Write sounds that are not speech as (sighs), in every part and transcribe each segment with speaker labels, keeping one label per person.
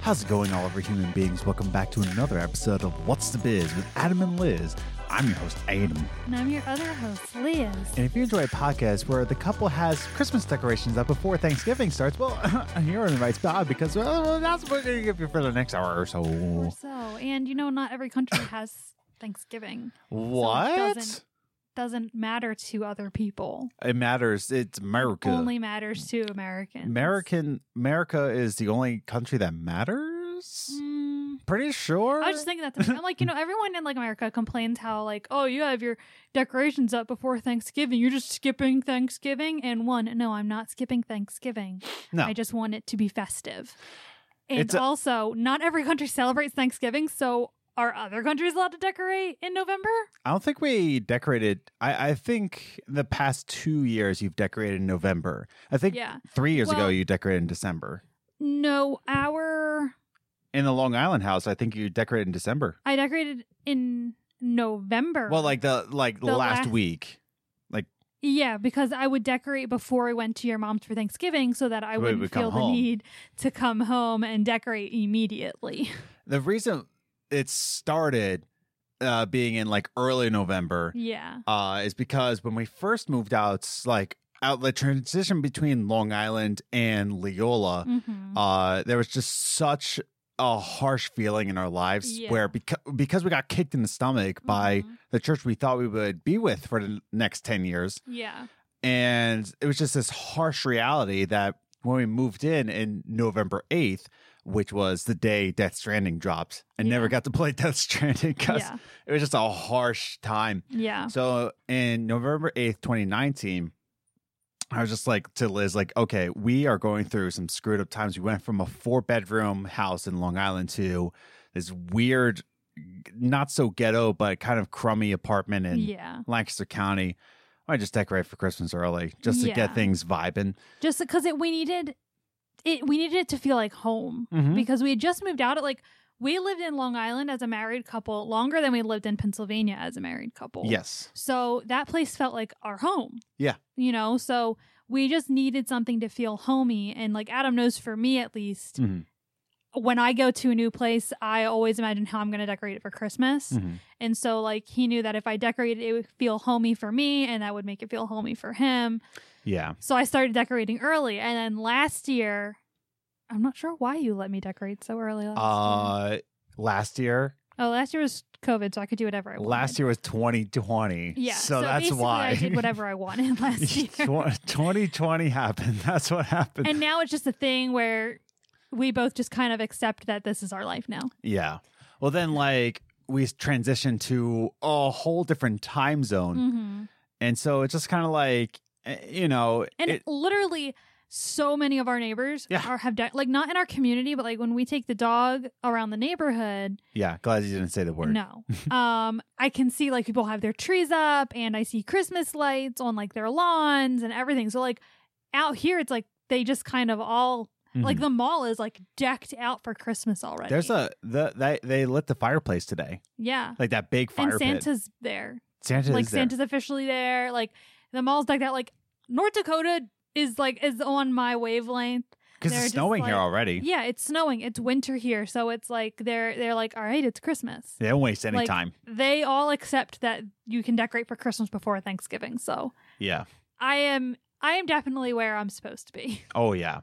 Speaker 1: How's it going, all of our human beings? Welcome back to another episode of What's the Biz with Adam and Liz. I'm your host, Adam.
Speaker 2: And I'm your other host, Liz.
Speaker 1: And if you enjoy a podcast where the couple has Christmas decorations up before Thanksgiving starts, well, (laughs) you're in the right spot because well, that's what we're going to give you for the next hour or so.
Speaker 2: Or so. And you know, not
Speaker 1: (laughs)
Speaker 2: every country has Thanksgiving.
Speaker 1: What?
Speaker 2: doesn't- Doesn't matter to other people.
Speaker 1: It matters. It's America.
Speaker 2: Only matters to Americans.
Speaker 1: American America is the only country that matters.
Speaker 2: Mm,
Speaker 1: Pretty sure.
Speaker 2: I was just thinking that. To I'm like, you
Speaker 1: (laughs)
Speaker 2: know, everyone in like America complains how like, oh, you have your decorations up before Thanksgiving. You're just skipping Thanksgiving. And one, no, I'm not skipping Thanksgiving.
Speaker 1: No.
Speaker 2: I just want it to be festive. And
Speaker 1: It's a-
Speaker 2: also, not every country (laughs) celebrates Thanksgiving, so are other countries allowed to decorate in November?
Speaker 1: I don't think we decorated. I, I think the past two years you've decorated in November. I think
Speaker 2: Yeah.
Speaker 1: three years ago
Speaker 2: Well-
Speaker 1: you decorated in December.
Speaker 2: No, our
Speaker 1: In the Long Island house, I think you decorated in December.
Speaker 2: I decorated in November.
Speaker 1: Well, like the like
Speaker 2: The
Speaker 1: last
Speaker 2: last-
Speaker 1: week.
Speaker 2: Yeah, because I would decorate before I went to your mom's for Thanksgiving so that I
Speaker 1: We
Speaker 2: wouldn't
Speaker 1: would come
Speaker 2: feel the
Speaker 1: home.
Speaker 2: need to come home and
Speaker 1: (laughs)
Speaker 2: decorate immediately. (laughs)
Speaker 1: The reason it started uh, being in like early November
Speaker 2: yeah.
Speaker 1: uh, is because when we first moved out, it's like out the transition between Long Island and Leola.
Speaker 2: hmm
Speaker 1: uh, there was just such a harsh feeling in our lives
Speaker 2: Yeah.
Speaker 1: where because because we got kicked in the stomach by
Speaker 2: Mhm.
Speaker 1: the church we thought we would be with for the next 10 years
Speaker 2: Yeah.
Speaker 1: and it was just this harsh reality that when we moved in in November 8th which was the day Death Stranding dropped I never
Speaker 2: Yeah.
Speaker 1: got to play (laughs) Death Stranding because
Speaker 2: Yeah. Oh.
Speaker 1: it was just a harsh time
Speaker 2: Yeah.
Speaker 1: so in November 8th, 2019, I was just like to Liz, like, okay, we are going through some screwed up times. We went from a four bedroom house in Long Island to this weird, not so ghetto, but kind of crummy apartment in
Speaker 2: Yeah.
Speaker 1: Lancaster County. I just decorate for Christmas early just to
Speaker 2: Yeah.
Speaker 1: get things vibing.
Speaker 2: Just because it we needed it we needed it to feel like home
Speaker 1: Mm-hmm.
Speaker 2: because we had just moved out at like we lived in Long Island as a married couple longer than we lived in Pennsylvania as a married couple.
Speaker 1: Yes.
Speaker 2: So that place felt like our home.
Speaker 1: Yeah.
Speaker 2: You know, so we just needed something to feel homey. And like Adam knows for me at least,
Speaker 1: Mhm.
Speaker 2: when I go to a new place, I always imagine how I'm going to decorate it for Christmas.
Speaker 1: Mhm.
Speaker 2: And so like he knew that if I decorated it, it would feel homey for me and that would make it feel homey for him.
Speaker 1: Yeah.
Speaker 2: So I started decorating early. And then last year, I'm not sure why you let me decorate so early last year.
Speaker 1: Uh, last year,
Speaker 2: Oh, last year was COVID, so I could do whatever I wanted.
Speaker 1: last year was 2020.
Speaker 2: Yeah.
Speaker 1: So, that's
Speaker 2: basically
Speaker 1: why
Speaker 2: I
Speaker 1: (laughs)
Speaker 2: did whatever I wanted (laughs) last year.
Speaker 1: Tw- 2020 happened. (laughs) That's what happened.
Speaker 2: and now it's just a thing where we both just kind of accept that this is our life now.
Speaker 1: yeah. Well, then, like, we transitioned to a whole different time zone.
Speaker 2: Mm-hmm.
Speaker 1: And so it's just kind of like, eh, you know,
Speaker 2: And
Speaker 1: it-
Speaker 2: literally, so many of our neighbors
Speaker 1: Yeah.
Speaker 2: are have di- like not in our community, but like when we take the dog around the neighborhood.
Speaker 1: yeah, glad you didn't say the word. (laughs)
Speaker 2: No, um, I can see like people have their trees up, and I see Christmas lights on like their lawns and everything. So like out here, it's like they just kind of all
Speaker 1: Mhm.
Speaker 2: like the mall is like decked out for Christmas already.
Speaker 1: there's a, the, they, they lit the fireplace today,
Speaker 2: yeah,
Speaker 1: like that big fire
Speaker 2: and
Speaker 1: pit.
Speaker 2: Santa's there.
Speaker 1: Santa
Speaker 2: like
Speaker 1: is there.
Speaker 2: Santa's officially there. Like the mall's like that. Like North Dakota is like is on my wavelength.
Speaker 1: Because
Speaker 2: they're
Speaker 1: it's
Speaker 2: just
Speaker 1: snowing here
Speaker 2: like-
Speaker 1: already.
Speaker 2: Yeah, it's snowing. It's winter here, so it's like they're they're like, all right, it's Christmas.
Speaker 1: They don't waste any
Speaker 2: like-
Speaker 1: time.
Speaker 2: They all accept that you can decorate for Christmas before Thanksgiving. So
Speaker 1: Yeah.
Speaker 2: I am I am definitely where I'm supposed to be. (laughs)
Speaker 1: Oh, yeah.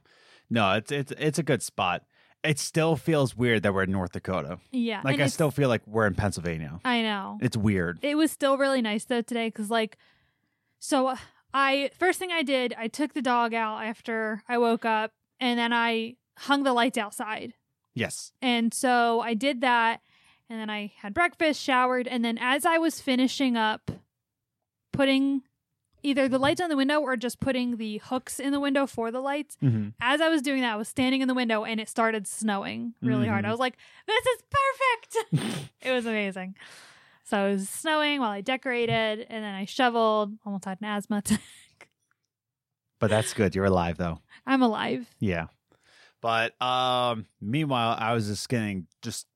Speaker 1: No, it's, it's, it's a good spot. It still feels weird that we're in North Dakota.
Speaker 2: yeah,
Speaker 1: Like,
Speaker 2: and
Speaker 1: I
Speaker 2: it's-
Speaker 1: still feel like we're in Pennsylvania.
Speaker 2: I know
Speaker 1: It's weird.
Speaker 2: it was still really nice though today because like so uh, i first thing i did i took the dog out after i woke up and then i hung the lights outside
Speaker 1: Yes.
Speaker 2: and so i did that and then i had breakfast showered and then as i was finishing up putting either the lights on the window or just putting the hooks in the window for the lights
Speaker 1: Mm-hmm.
Speaker 2: as i was doing that i was standing in the window and it started snowing really hard
Speaker 1: Mhm.
Speaker 2: i was like this is perfect (laughs) it was amazing. So it was snowing while I decorated, and then I shoveled. Almost had an asthma (laughs) attack.
Speaker 1: but that's good. You're alive though.
Speaker 2: I'm alive.
Speaker 1: Yeah. But um meanwhile, I was just getting just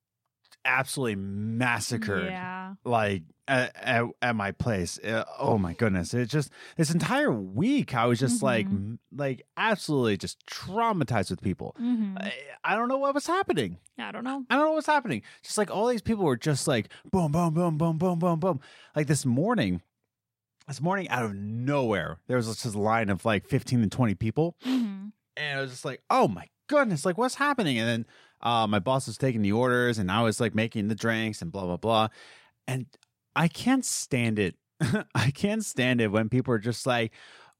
Speaker 1: absolutely massacred
Speaker 2: Yeah.
Speaker 1: like at, at, at my place Uh, oh my goodness it just this entire week i was just like
Speaker 2: Mhm.
Speaker 1: m- like absolutely just traumatized with people
Speaker 2: hmm
Speaker 1: I, I don't know what was happening
Speaker 2: I don't know.
Speaker 1: I don't know what's happening. Just like all these people were just like boom, boom, boom, boom, boom, boom, boom. Like this morning, this morning out of nowhere, there was just this line of like 15 to 20 people.
Speaker 2: hmm
Speaker 1: And I was just like, oh my goodness, like what's happening? And then uh, my boss was taking the orders and I was like making the drinks and blah, blah, blah. And I can't stand it. (laughs) I can't stand it when people are just like,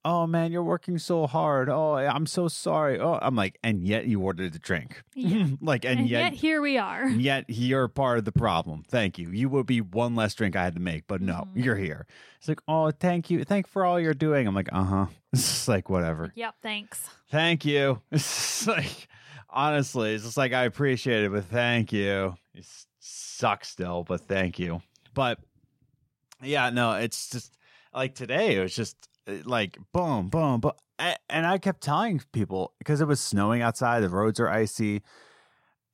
Speaker 1: oh man, you're working so hard. Oh, I'm so sorry. Oh, I'm like, and yet you ordered the drink.
Speaker 2: Yeah.
Speaker 1: (laughs) like, and,
Speaker 2: And,
Speaker 1: yet
Speaker 2: yet, here we are.
Speaker 1: and yet you're part of the problem. Thank you. You would be one less drink I had to make, but no,
Speaker 2: Mhm.
Speaker 1: you're here. It's like, oh, thank you. Thank for all you're doing. I'm like, uh huh. (laughs) It's just like, whatever.
Speaker 2: Yep. Thanks.
Speaker 1: Thank you. (laughs) It's just like, honestly, it's just like, I appreciate it, but thank you. It s- sucks still, but thank you. But yeah, no, it's just like today, it was just uh, like boom, boom, boom. A- And I kept telling people because it was snowing outside, the roads are icy,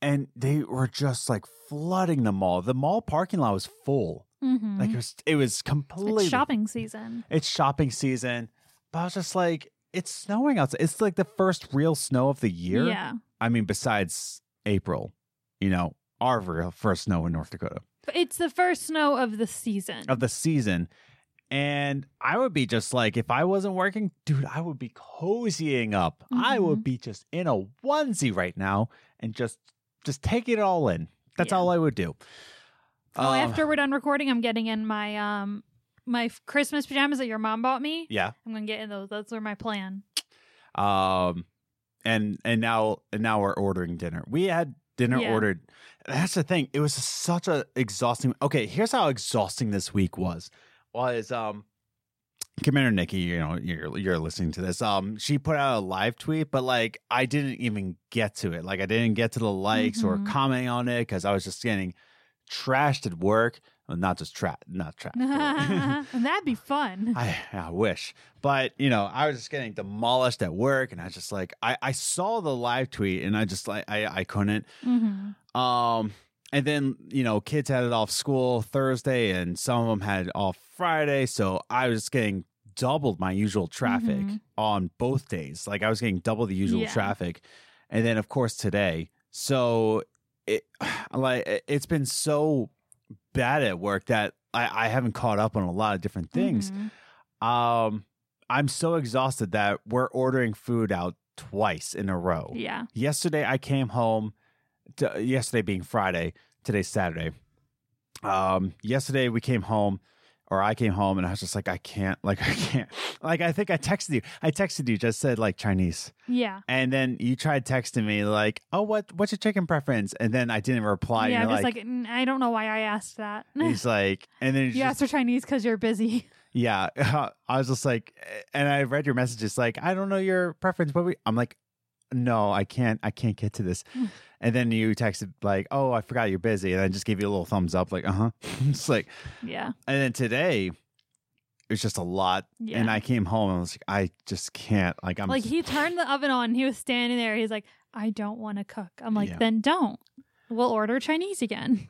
Speaker 1: and they were just like flooding the mall. The mall parking lot was full.
Speaker 2: hmm
Speaker 1: Like it was, it was completely
Speaker 2: it's shopping season.
Speaker 1: it's shopping season. But I was just like, it's snowing outside. It's like the first real snow of the year.
Speaker 2: Yeah.
Speaker 1: I mean, besides April, you know, our real first snow in North Dakota
Speaker 2: But it's the first snow of the season.
Speaker 1: of the season. And I would be just like, if I wasn't working, dude, I would be cozying up. I
Speaker 2: Mm-hmm.
Speaker 1: would be just in a onesie right now and just just take it all in. That's
Speaker 2: Yeah.
Speaker 1: all I would do.
Speaker 2: oh,
Speaker 1: Um,
Speaker 2: after we're done recording, I'm getting in my um my f- Christmas pajamas that your mom bought me.
Speaker 1: yeah.
Speaker 2: I'm gonna get in those. Those are my plan.
Speaker 1: um and and now and now we're ordering dinner we had dinner
Speaker 2: Yeah.
Speaker 1: ordered that's the thing it was such a exhausting okay here's how exhausting this week was was um commander nikki you know you're you're listening to this um she put out a live tweet but like i didn't even get to it like i didn't get to the likes
Speaker 2: Mhm.
Speaker 1: or commenting on it because i was just getting trashed at work well, not just tra not trashed
Speaker 2: (laughs) That'd be fun.
Speaker 1: (laughs) I, I wish. But, you know, I was just getting demolished at work and I was just like I, I saw the live tweet and I just like I, I couldn't.
Speaker 2: hmm
Speaker 1: Um and then, you know, kids had it off school Thursday and some of them had it off Friday, so I was getting doubled my usual traffic
Speaker 2: Mhm.
Speaker 1: on both days. Like I was getting double the usual
Speaker 2: Yeah.
Speaker 1: traffic. And then of course today. So it (sighs) like it- it's been so bad at work that I, I haven't caught up on a lot of different things.
Speaker 2: Mhm.
Speaker 1: Um, I'm so exhausted that we're ordering food out twice in a row.
Speaker 2: Yeah.
Speaker 1: Yesterday, I came home. To, yesterday being Friday, today's Saturday. Um, yesterday we came home, or I came home, and I was just like, I can't, like, (laughs) I can't, like, I think I texted you. I texted you, just said like Chinese,
Speaker 2: Yeah.
Speaker 1: and then you tried texting me like, oh, what, what's your chicken preference? And then I didn't reply.
Speaker 2: yeah.
Speaker 1: and
Speaker 2: I'm
Speaker 1: you're
Speaker 2: just like, "Mm, I don't know why I asked that. (laughs)
Speaker 1: he's like, and then you
Speaker 2: you asked for Chinese because you're busy. (laughs)
Speaker 1: Yeah, (laughs) I was just like, and I read your message. It's like, I don't know your preference, but we. I'm like, no, I can't. I can't get to this.
Speaker 2: Hmm.
Speaker 1: and then you texted like, oh, I forgot you're busy, and I just gave you a little thumbs up, like, uh huh. (laughs) it's like,
Speaker 2: Yeah.
Speaker 1: and then today, it was just a lot,
Speaker 2: Yeah.
Speaker 1: and I came home and I was like, I just can't. Like, I'm
Speaker 2: like he turned the oven on. He was standing there. He's like, I don't want to cook. I'm like,
Speaker 1: Yeah.
Speaker 2: then don't. We'll order Chinese again.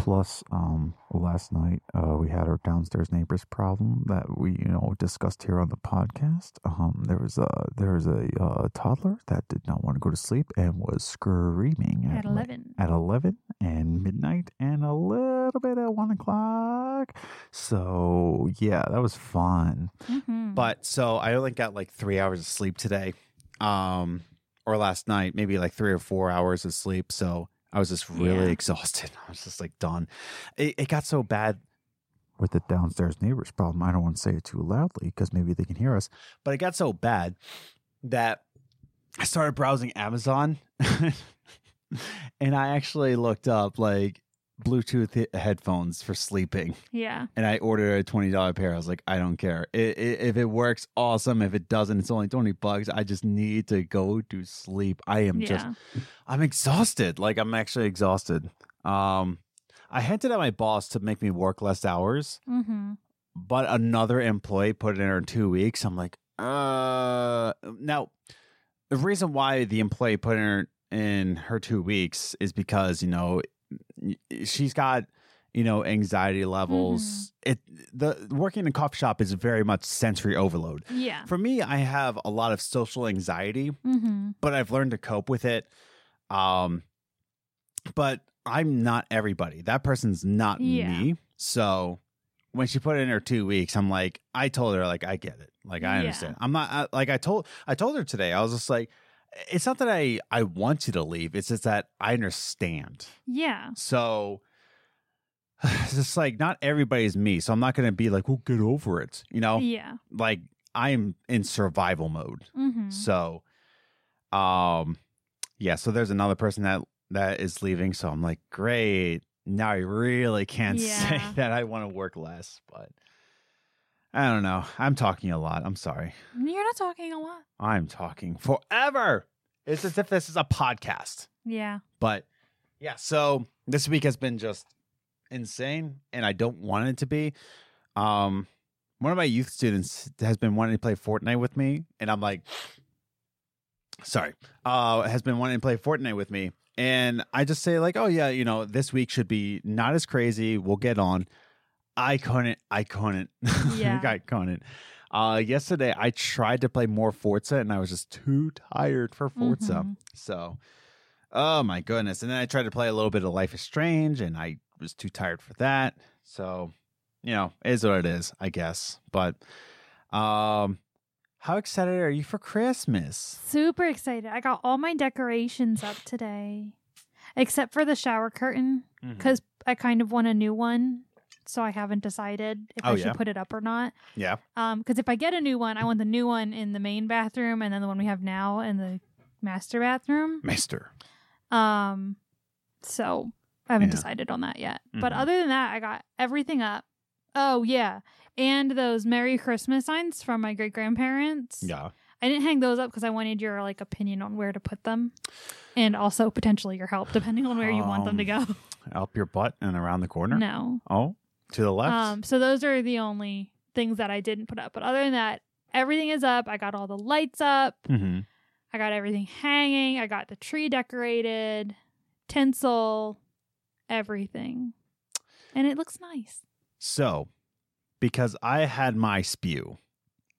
Speaker 1: Plus, um, last night uh, we had our downstairs neighbors problem that we you know discussed here on the podcast. Um, there was a there was a uh, toddler that did not want to go to sleep and was screaming
Speaker 2: At
Speaker 1: like,
Speaker 2: 11.
Speaker 1: at 11 and midnight and a little bit at one o'clock. So yeah, that was fun.
Speaker 2: Mhm.
Speaker 1: But so I only got like three hours of sleep today, um, or last night, maybe like three or four hours of sleep. So I was just really
Speaker 2: Yeah.
Speaker 1: exhausted. (laughs) I was just like done. It, it got so bad with the downstairs neighbors problem. I don't want to say it too loudly because maybe they can hear us. But it got so bad that I started browsing Amazon, (laughs) and I actually looked up like Bluetooth he- headphones for sleeping
Speaker 2: yeah.
Speaker 1: and I ordered a twenty dollar pair. I was like, I don't care. I i if it works, awesome. If it doesn't, it's only twenty bucks. I just need to go to sleep. I am
Speaker 2: yeah.
Speaker 1: just, I'm exhausted. Like I'm actually exhausted. Um, I hinted at my boss to make me work less hours,
Speaker 2: hmm
Speaker 1: but another employee put it in her two weeks. I'm like, uh, now the reason why the employee put in her, in her two weeks is because you know she's got you know anxiety levels. It the working in a coffee shop is very much sensory overload.
Speaker 2: Yeah.
Speaker 1: For me, I have a lot of social anxiety,
Speaker 2: Mm-hmm.
Speaker 1: but I've learned to cope with it. Um, but I'm not everybody. That person's not
Speaker 2: Yeah.
Speaker 1: me. So when she put in her two weeks, I'm like, I told her like I get it, like I
Speaker 2: Yeah.
Speaker 1: understand. I'm not I, like I told I told her today. I was just like, it's not that I I want you to leave. It's just that I understand.
Speaker 2: Yeah.
Speaker 1: So (sighs) it's just like not everybody's me. So I'm not gonna be like, well, get over it. You know,
Speaker 2: Yeah.
Speaker 1: like I'm in survival mode.
Speaker 2: Mm-hmm.
Speaker 1: So, um, yeah. So there's another person that that is leaving. So I'm like, great. Now I really can't (laughs) say
Speaker 2: Yeah.
Speaker 1: that I want to work less, but I don't know. I'm talking a lot. I'm sorry.
Speaker 2: You're not talking a lot.
Speaker 1: I'm talking forever. It's as if this is a podcast.
Speaker 2: Yeah.
Speaker 1: But yeah, so this week has been just insane, and I don't want it to be. Um, one of my youth students has been wanting to play Fortnite with me, and I'm like, sorry, uh, has been wanting to play Fortnite with me, and I just say like, oh yeah, you know, this week should be not as crazy. We'll get on. I couldn't. I couldn't. (laughs)
Speaker 2: Yeah.
Speaker 1: like I couldn't. Uh, yesterday I tried to play more Forza, and I was just too tired for Forza.
Speaker 2: Mhm.
Speaker 1: So, oh my goodness. And then I tried to play a little bit of Life is Strange and I was too tired for that. So, you know, it is what it is, I guess. But um how excited are you for Christmas?
Speaker 2: Super excited. I got all my decorations up today, except for the shower curtain because I kind of want a new one. So I haven't decided if
Speaker 1: Oh,
Speaker 2: I should
Speaker 1: yeah.
Speaker 2: put it up or not.
Speaker 1: Yeah.
Speaker 2: Um, because if I get a new one, I want the new one in the main bathroom and then the one we have now in the master bathroom.
Speaker 1: Mister.
Speaker 2: Um, so I haven't
Speaker 1: Yeah.
Speaker 2: decided on that yet. But
Speaker 1: Mhm.
Speaker 2: other than that, I got everything up. Oh yeah, and those Merry Christmas signs from my great grandparents.
Speaker 1: Yeah.
Speaker 2: I didn't hang those up because I wanted your like opinion on where to put them, and also potentially your help depending on where you want them to go.
Speaker 1: Up your butt and around the corner.
Speaker 2: (laughs) no.
Speaker 1: Oh, to the left.
Speaker 2: Um. So those are the only things that I didn't put up. But other than that, everything is up. I got all the lights up.
Speaker 1: mm-hmm.
Speaker 2: I got everything hanging. I got the tree decorated, tinsel, everything. And it looks nice.
Speaker 1: So, because I had my spew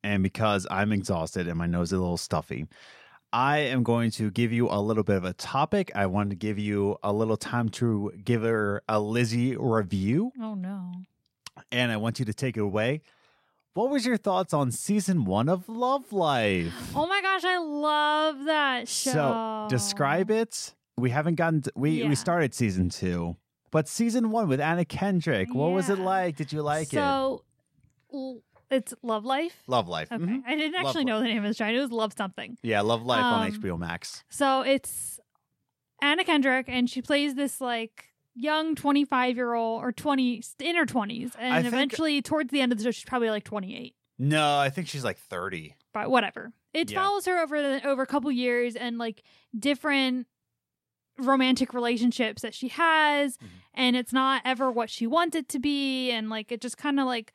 Speaker 1: and because I'm exhausted and my nose is a little stuffy, I am going to give you a little bit of a topic. I wanted to give you a little time to give her a Lizzie review,
Speaker 2: Oh no.
Speaker 1: and I want you to take it away. What was your thoughts on season one of Love Life?
Speaker 2: Oh my gosh, I love that show.
Speaker 1: So, Describe it. We haven't gotten to, we
Speaker 2: Yeah.
Speaker 1: we started season two, but season one with Anna Kendrick. What was it
Speaker 2: Yeah.
Speaker 1: like? Did you like it?
Speaker 2: so, l- it's Love Life.
Speaker 1: Love Life.
Speaker 2: Okay.
Speaker 1: mhm.
Speaker 2: I didn't
Speaker 1: Love
Speaker 2: actually
Speaker 1: Life.
Speaker 2: know the name of the show. I knew It was Love Something.
Speaker 1: Yeah, Love Life on
Speaker 2: Um,
Speaker 1: HBO Max.
Speaker 2: So it's Anna Kendrick, and she plays this like young 25 year old or 20 in her 20s. And
Speaker 1: I think-
Speaker 2: eventually, towards the end of the show, she's probably like 28.
Speaker 1: No, I think she's like 30.
Speaker 2: but whatever. It
Speaker 1: Yeah.
Speaker 2: follows her over the, over a couple years and like different romantic relationships that she has
Speaker 1: Mhm.
Speaker 2: and it's not ever what she wants it to be and like it just kind of like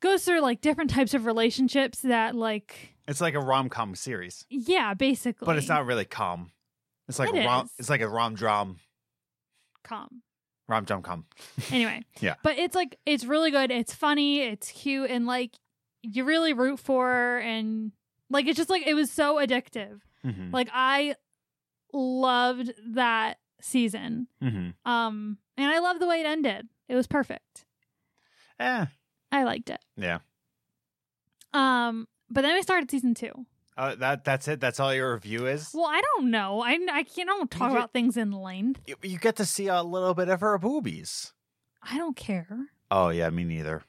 Speaker 2: goes through like different types of relationships that like
Speaker 1: It's like a rom com series,
Speaker 2: yeah, basically.
Speaker 1: but it's not really com. It's like
Speaker 2: It
Speaker 1: a rom.
Speaker 2: is.
Speaker 1: It's like a rom drum,
Speaker 2: calm.
Speaker 1: rom drum com.
Speaker 2: Anyway.
Speaker 1: (laughs) Yeah.
Speaker 2: But it's like it's really good. It's funny, it's cute and like you really root for her and like it's just like it was so addictive.
Speaker 1: Mm-hmm.
Speaker 2: Like I loved that season.
Speaker 1: Mm-hmm.
Speaker 2: Um and I love the way it ended. It was perfect.
Speaker 1: Eh.
Speaker 2: I liked it.
Speaker 1: Yeah.
Speaker 2: Um but then we started season 2.
Speaker 1: Uh, that that's it. That's all your review is.
Speaker 2: Well, I don't know. I I can't I don't talk
Speaker 1: You-
Speaker 2: about things in length.
Speaker 1: you, you get to see a little bit of her boobies.
Speaker 2: I don't care.
Speaker 1: Oh yeah, me neither.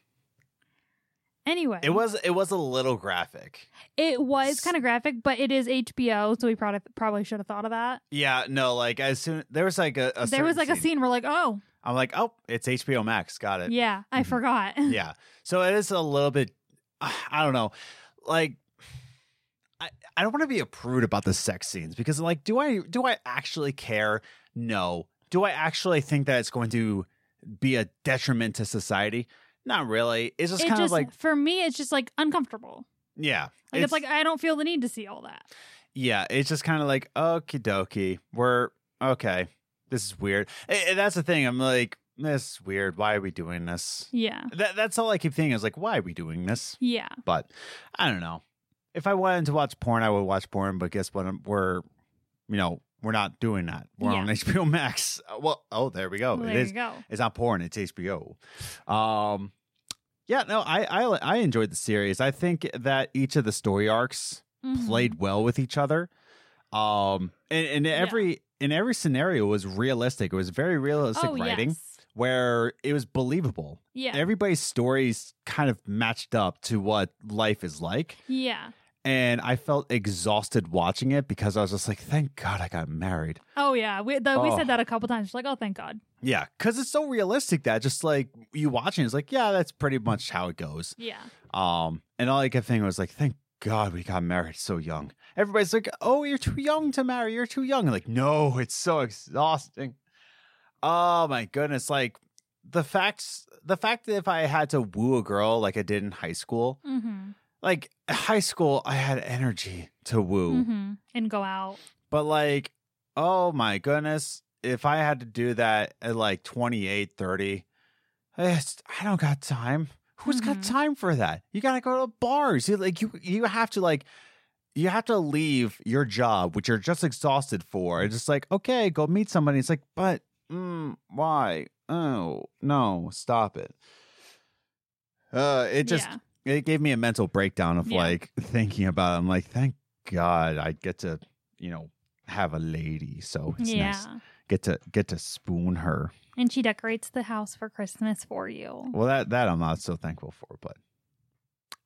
Speaker 2: Anyway,
Speaker 1: It was it was a little graphic.
Speaker 2: it was kind of graphic, but it is HBO, so we probably probably should have thought of that.
Speaker 1: Yeah, no, like as soon there was like a, a
Speaker 2: there was like
Speaker 1: certain
Speaker 2: a scene where like, oh
Speaker 1: I'm like, oh, it's HBO Max. Got it.
Speaker 2: yeah, I
Speaker 1: Mhm.
Speaker 2: forgot. (laughs)
Speaker 1: yeah. So it is a little bit. (sighs) I don't know. Like, I I don't want to be a prude about the sex scenes because, like, do I do I actually care? No. Do I actually think that it's going to be a detriment to society? Not really. It's just
Speaker 2: it
Speaker 1: kind
Speaker 2: just
Speaker 1: of like,
Speaker 2: for me, it's just like uncomfortable.
Speaker 1: yeah.
Speaker 2: Like it's like I don't feel the need to see all that.
Speaker 1: yeah. It's just kind of like, okie dokie. We're okay. this is weird. A- and that's the thing. I'm like, this is weird. Why are we doing this?
Speaker 2: Yeah.
Speaker 1: That, that's all I keep thinking is like, why are we doing this?
Speaker 2: Yeah.
Speaker 1: But I don't know. If I wanted to watch porn, I would watch porn. But guess what? We're, you know, we're not doing that. We're
Speaker 2: Yeah.
Speaker 1: on HBO Max. (laughs) Uh, Well, oh, there we go.
Speaker 2: Well,
Speaker 1: it
Speaker 2: there
Speaker 1: is.
Speaker 2: you go.
Speaker 1: It's not porn. It's HBO. Um, yeah, no, I, I I enjoyed the series. I think that each of the story arcs
Speaker 2: Mhm.
Speaker 1: played well with each other. Um, and, and every in every scenario was realistic. It was very realistic
Speaker 2: oh,
Speaker 1: writing
Speaker 2: Yes.
Speaker 1: where it was believable.
Speaker 2: Yeah.
Speaker 1: Everybody's stories kind of matched up to what life is like.
Speaker 2: yeah.
Speaker 1: And I felt exhausted watching it because I was just like, thank God I got married.
Speaker 2: Oh yeah. We though we
Speaker 1: Oh.
Speaker 2: said that a couple times. Like, oh thank God.
Speaker 1: Yeah, because it's so realistic that just like you watching, it's like, yeah, that's pretty much how it goes.
Speaker 2: Yeah.
Speaker 1: Um, and all I kept thinking was like, thank God we got married so young. Everybody's like, oh, you're too young to marry. You're too young. I'm like, no, it's so exhausting. Oh my goodness! Like the facts, the fact that if I had to woo a girl like I did in high school,
Speaker 2: Mm-hmm.
Speaker 1: like high school, I had energy to woo,
Speaker 2: Mm-hmm. And go out.
Speaker 1: but like, oh my goodness, if I had to do that at like 28, 30, it's- I don't got time. Who's got
Speaker 2: Mhm.
Speaker 1: time for that? You gotta go to bars. You like you you have to like you have to leave your job, which you're just exhausted for. It's just like, okay, go meet somebody. It's like, but mm, why? Oh no, stop it. Uh, it just
Speaker 2: Yeah.
Speaker 1: it gave me a mental breakdown of
Speaker 2: Yeah.
Speaker 1: like (laughs) thinking about it. I'm like, thank God I get to, you know, have a lady. So it's
Speaker 2: yeah.
Speaker 1: nice. Get to get to spoon her.
Speaker 2: And she decorates the house for Christmas for you.
Speaker 1: Well that that I'm not so thankful for, but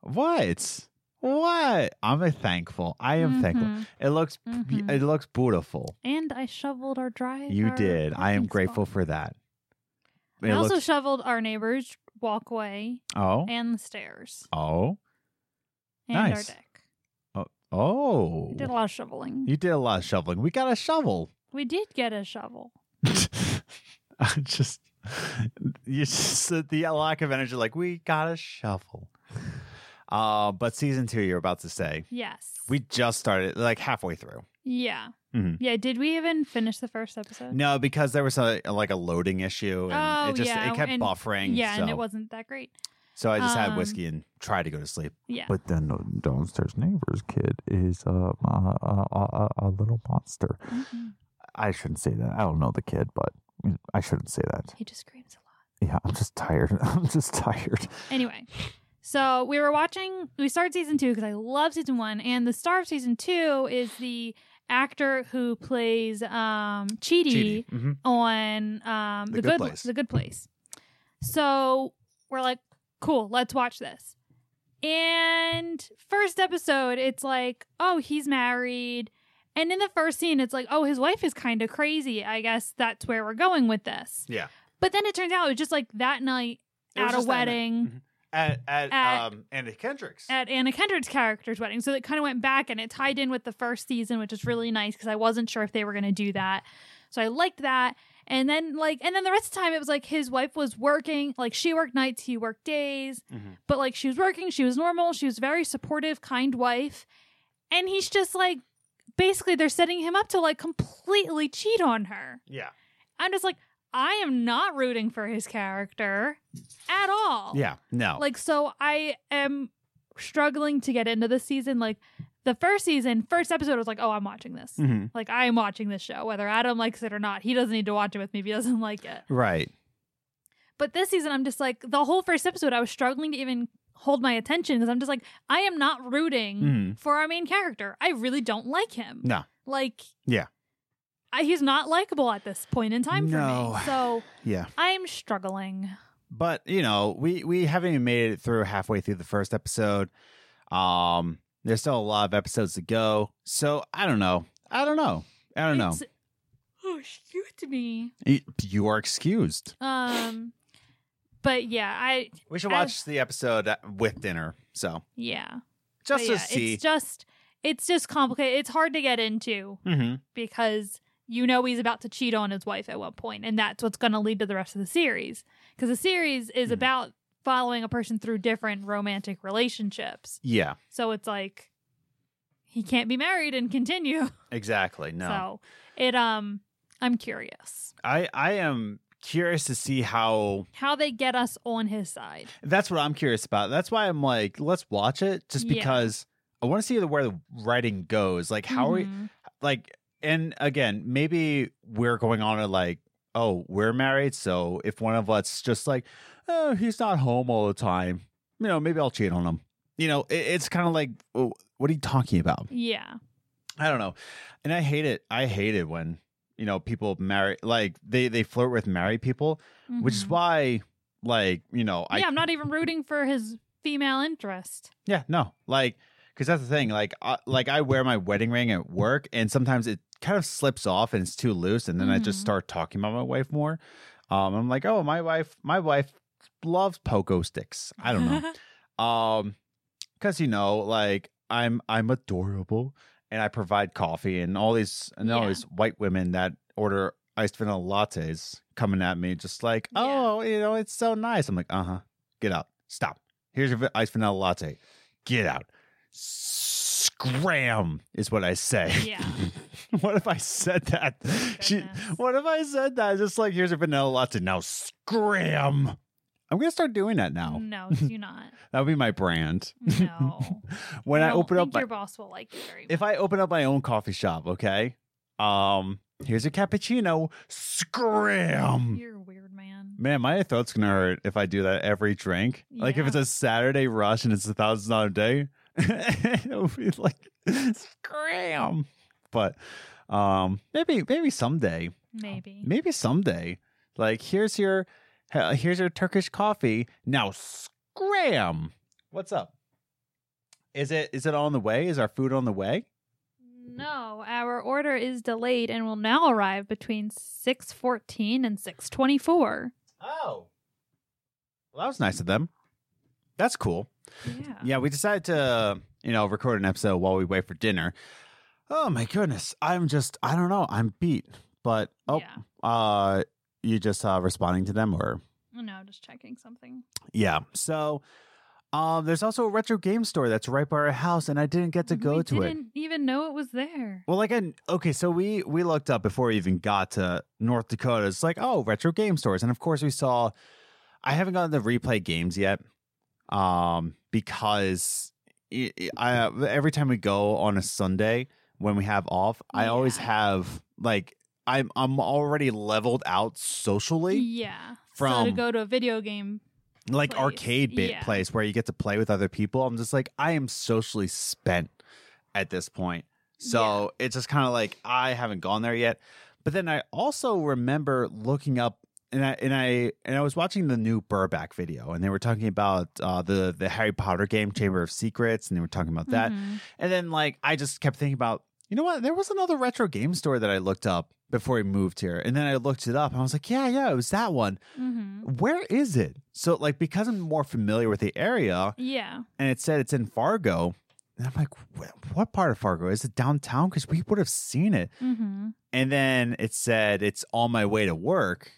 Speaker 1: what? What? I'm thankful. I am thankful.
Speaker 2: Mhm.
Speaker 1: It looks
Speaker 2: Mhm.
Speaker 1: it looks beautiful.
Speaker 2: And I shoveled our drive.
Speaker 1: You
Speaker 2: our
Speaker 1: did. I am
Speaker 2: parking
Speaker 1: grateful
Speaker 2: spot.
Speaker 1: for that.
Speaker 2: I
Speaker 1: It
Speaker 2: also
Speaker 1: looks-
Speaker 2: shoveled our neighbor's walkway
Speaker 1: oh.
Speaker 2: and the stairs
Speaker 1: Oh.
Speaker 2: and
Speaker 1: Nice.
Speaker 2: our deck.
Speaker 1: Oh.
Speaker 2: We did a lot of shoveling.
Speaker 1: You did a lot of shoveling. We got a shovel.
Speaker 2: we did get a shovel.
Speaker 1: (laughs) I just you just the lack of energy like we got a shovel uh but season two you're about to say
Speaker 2: Yes.
Speaker 1: we just started like halfway through
Speaker 2: Yeah.
Speaker 1: Mhm.
Speaker 2: Yeah. Did we even finish the first episode?
Speaker 1: no because there was a like a loading issue and
Speaker 2: Oh,
Speaker 1: it just
Speaker 2: yeah,
Speaker 1: it kept
Speaker 2: and-
Speaker 1: buffering
Speaker 2: Yeah,
Speaker 1: so,
Speaker 2: and it wasn't that great.
Speaker 1: so i just had
Speaker 2: um,
Speaker 1: whiskey and tried to go to sleep
Speaker 2: Yeah.
Speaker 3: But then the downstairs neighbor's kid is uh, a, a, a, a little monster.
Speaker 2: Mhm.
Speaker 3: I shouldn't say that. I don't know the kid, but I shouldn't say that.
Speaker 2: He just screams a lot.
Speaker 3: Yeah, I'm just tired. (laughs) I'm just tired.
Speaker 2: Anyway, so we were watching, we started season two because I love season one. And the star of season two is the actor who plays um,
Speaker 1: Cheaty.
Speaker 2: Chidi,
Speaker 1: Mhm.
Speaker 2: on um,
Speaker 1: The
Speaker 2: the,
Speaker 1: Good
Speaker 2: good,
Speaker 1: Place.
Speaker 2: The Good Place. So we're like, cool, let's watch this. And first episode, it's like, oh, he's married. And in the first scene, it's like, oh, his wife is kind of crazy. I guess that's where we're going with this.
Speaker 1: Yeah.
Speaker 2: But then it turns out it was just like that night
Speaker 1: It was
Speaker 2: at a
Speaker 1: just that Mm-hmm. night.
Speaker 2: wedding
Speaker 1: at at,
Speaker 2: At-
Speaker 1: um andy kendricks
Speaker 2: at Anna Kendrick's character's wedding. So it kind of went back and it tied in with the first season, which is really nice because I wasn't sure if they were going to do that. So I liked that. And then like and then the rest of the time it was like his wife was working, like she worked nights, he worked days,
Speaker 1: Mhm.
Speaker 2: but like she was working, she was normal, she was a very supportive, kind wife. And he's just like basically they're setting him up to like completely cheat on her.
Speaker 1: yeah
Speaker 2: I'm just like I am not rooting for his character at all
Speaker 1: yeah no
Speaker 2: Oh. like so i am struggling to get into this season like the first season first episode I was like oh i'm watching this
Speaker 1: Mhm.
Speaker 2: like i am watching this show whether adam likes it or not he doesn't need to watch it with me if he doesn't like it
Speaker 1: right
Speaker 2: but this season i'm just like the whole first episode i was struggling to even hold my attention because i'm just like i am not rooting
Speaker 1: Mhm.
Speaker 2: for our main character i really don't like him
Speaker 1: No.
Speaker 2: like
Speaker 1: Yeah.
Speaker 2: I, he's not likable at this point in time for
Speaker 1: No.
Speaker 2: me so
Speaker 1: yeah
Speaker 2: i'm struggling
Speaker 1: but you know we we haven't even made it through halfway through the first episode um there's still a lot of episodes to go so i don't know i don't know i don't know
Speaker 2: It's- oh excuse me
Speaker 1: Y- you are excused
Speaker 2: Um, but yeah, I
Speaker 1: we should
Speaker 2: I-
Speaker 1: watch the episode uh, with dinner so
Speaker 2: yeah,
Speaker 1: just
Speaker 2: but yeah,
Speaker 1: to see
Speaker 2: It's just it's just complicated. It's hard to get into
Speaker 1: mm-hmm.
Speaker 2: because you know he's about to cheat on his wife at one point, and that's what's going to lead to the rest of the series because the series is
Speaker 1: Mhm.
Speaker 2: about following a person through different romantic relationships.
Speaker 1: yeah
Speaker 2: So it's like he can't be married and continue. (laughs)
Speaker 1: exactly no
Speaker 2: So it um I'm curious
Speaker 1: I I am curious to see how
Speaker 2: how they get us on his side.
Speaker 1: that's what I'm curious about. That's why I'm like, let's watch it just
Speaker 2: Yeah.
Speaker 1: because I want to see the- where the writing goes. Like how are we
Speaker 2: Mhm.
Speaker 1: like and again, maybe we're going on to like, oh, we're married, so if one of us just like, oh, he's not home all the time, you know, maybe I'll cheat on him. You know, it, it's kind of like, oh, what are you talking about?
Speaker 2: Yeah.
Speaker 1: I don't know. And I hate it. I hate it when, you know, people marry like they they flirt with married people, which is
Speaker 2: Mhm.
Speaker 1: why like, you know, I
Speaker 2: yeah, I'm not even rooting for his female interest.
Speaker 1: Yeah, no, like because that's the thing. Like, I, like I wear my wedding ring at work, and sometimes it kind of slips off and it's too loose, and then I just
Speaker 2: Mhm.
Speaker 1: start talking about my wife more. Um, I'm like, oh, my wife, my wife loves pogo sticks. I don't
Speaker 2: (laughs)
Speaker 1: know, um, because you know, like I'm I'm adorable, and I provide coffee, and all these and all
Speaker 2: Yeah.
Speaker 1: these white women that order iced vanilla lattes coming at me, just like,
Speaker 2: Yeah.
Speaker 1: oh, you know, it's so nice. I'm like, uh huh, get out, stop. Here's your iced vanilla latte. Get out. Scram is what I say.
Speaker 2: Yeah.
Speaker 1: (laughs)
Speaker 2: Oh,
Speaker 1: what if I said that? She,
Speaker 2: Goodness.
Speaker 1: what if I said that? Just like here's a vanilla latte. Now scram. I'm gonna start doing that now. (laughs)
Speaker 2: No, do not.
Speaker 1: That would be my brand.
Speaker 2: No.
Speaker 1: (laughs) When I
Speaker 2: don't
Speaker 1: open up
Speaker 2: think
Speaker 1: my,
Speaker 2: your boss will like you very
Speaker 1: if I open up my own coffee shop, okay? Um, here's a cappuccino. Scram. Mm.
Speaker 2: much. You're a weird man.
Speaker 1: Man, my throat's gonna hurt if I do that every drink. Like if
Speaker 2: Yeah.
Speaker 1: it's a Saturday rush and it's a thousand dollar day, (laughs) it'll be like scram. But um, maybe maybe someday,
Speaker 2: Maybe.
Speaker 1: maybe someday, like here's your he- here's your Turkish coffee. Now scram. What's up? Is it is it on the way? Is our food on the way?
Speaker 2: No, our order is delayed and will now arrive between 6:14 and 6:24.
Speaker 1: Oh, well, that was nice of them. That's cool.
Speaker 2: Yeah.
Speaker 1: Yeah, we decided to, you know, record an episode while we wait for dinner. Oh my goodness. I'm just I don't know. I'm beat. But oh,
Speaker 2: Yeah.
Speaker 1: uh you just uh responding to them or
Speaker 2: Oh, No, just checking something.
Speaker 1: yeah. So um there's also a retro game store that's right by our house and I didn't get to go
Speaker 2: we
Speaker 1: to it.
Speaker 2: didn't even know it was there.
Speaker 1: Well, like, I, okay, so we we looked up before we even got to North Dakota. It's like, oh, retro game stores, and of course we saw. I haven't gotten the replay games yet, um, because i I every time we go on a Sunday when we have off, I always
Speaker 2: Yeah.
Speaker 1: have like I'm I'm already leveled out socially,
Speaker 2: Yeah. so to
Speaker 1: From-
Speaker 2: go to a video game.
Speaker 1: like
Speaker 2: Place.
Speaker 1: arcade bit
Speaker 2: Yeah.
Speaker 1: place where you get to play with other people. I'm just like I am socially spent at this point. So it's just kind of like I haven't gone there yet. But then I also remember looking up and I and I and I was watching the new Burback video and they were talking about uh, the the Harry Potter game Chamber of Secrets and they were talking about that.
Speaker 2: Mhm.
Speaker 1: And then like I just kept thinking about, you know what? There was another retro game store that I looked up before we moved here. And then I looked it up and I was like, yeah, yeah, it was that one.
Speaker 2: Mhm.
Speaker 1: Where is it? So like because I'm more familiar with the area,
Speaker 2: Yeah.
Speaker 1: and it said it's in Fargo. And I'm like, "Wh- what part of Fargo? Is it downtown? Because we would have seen it.
Speaker 2: Mhm.
Speaker 1: And then it said it's on my way to work.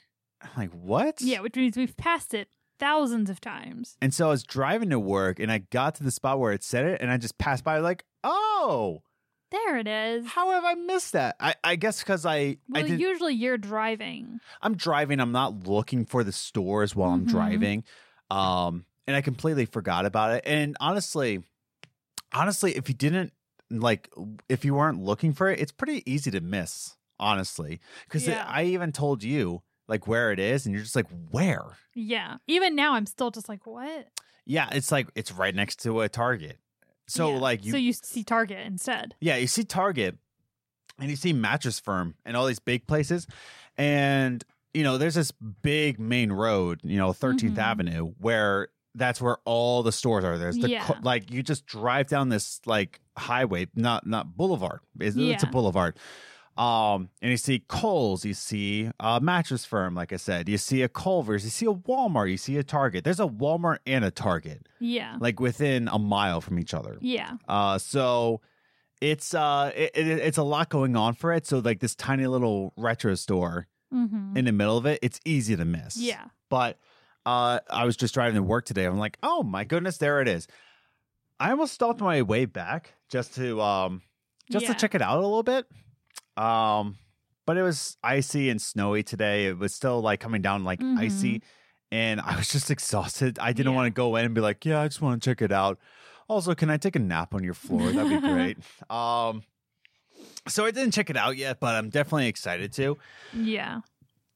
Speaker 1: I'm like, what?
Speaker 2: Yeah, which means we've passed it thousands of times.
Speaker 1: And so I was driving to work and I got to the spot where it said it and I just passed by like, oh,
Speaker 2: There it is.
Speaker 1: how have I missed that? I, I guess because I, I
Speaker 2: Well,
Speaker 1: didn't,
Speaker 2: usually you're driving.
Speaker 1: I'm driving. I'm not looking for the stores while I'm
Speaker 2: Mhm.
Speaker 1: driving. Um, and I completely forgot about it. And honestly, honestly, if you didn't like, if you weren't looking for it, it's pretty easy to miss, honestly. Because
Speaker 2: Yeah.
Speaker 1: I even told you like where it is, and you're just like, where?
Speaker 2: Yeah. Even now, I'm still just like, what?
Speaker 1: Yeah, it's like it's right next to a Target. So
Speaker 2: Yeah.
Speaker 1: like you,
Speaker 2: so you see Target instead.
Speaker 1: yeah, you see Target, and you see Mattress Firm, and all these big places, and you know there's this big main road, you know 13th
Speaker 2: Mhm.
Speaker 1: Avenue, where that's where all the stores are. There's the
Speaker 2: Yeah.
Speaker 1: co- like you just drive down this like highway, not not boulevard. It's, it's a
Speaker 2: Yeah.
Speaker 1: boulevard. Um, and you see Kohl's, you see uh, Mattress Firm, like I said, you see a Culver's, you see a Walmart, you see a Target. There's a Walmart and a Target,
Speaker 2: Yeah.
Speaker 1: like within a mile from each other.
Speaker 2: Yeah.
Speaker 1: Uh, so it's uh, it, it, it's a lot going on for it. So like this tiny little retro store
Speaker 2: Mm-hmm.
Speaker 1: in the middle of it, it's easy to miss.
Speaker 2: yeah.
Speaker 1: But uh, I was just driving to work today. I'm like, oh my goodness, there it is. I almost stopped my way back just to um just
Speaker 2: Yeah.
Speaker 1: to check it out a little bit. Um, but it was icy and snowy today. It was still like coming down like
Speaker 2: Mhm.
Speaker 1: icy, and I was just (laughs) exhausted. I didn't
Speaker 2: Yeah.
Speaker 1: want to go in and be like, "Yeah, I just want to check it out." Also, can I take a nap on your floor? That'd be
Speaker 2: (laughs)
Speaker 1: great. um, so I didn't check it out yet, but I'm definitely excited to.
Speaker 2: Yeah.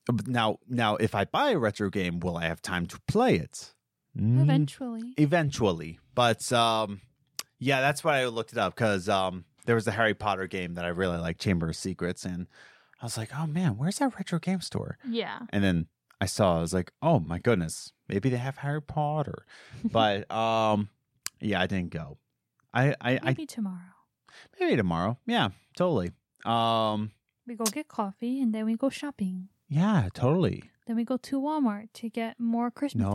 Speaker 1: But Now, now, if I buy a retro game, will I have time to play it? Mm,
Speaker 2: Mm-hmm. Eventually.
Speaker 1: eventually. But um, yeah, that's why I looked it up because um, there was a Harry Potter game that I really like, Chamber of Secrets, and I was like, oh man, where's that retro game store?
Speaker 2: Yeah.
Speaker 1: And then I saw, I was like, oh my goodness, maybe they have Harry
Speaker 2: (laughs)
Speaker 1: Potter. but um, yeah, I didn't go. I, I, I
Speaker 2: Maybe tomorrow.
Speaker 1: maybe tomorrow. Yeah, totally. Um,
Speaker 2: We go get coffee and then we go shopping.
Speaker 1: yeah, totally.
Speaker 2: Then we go to Walmart to get more Christmas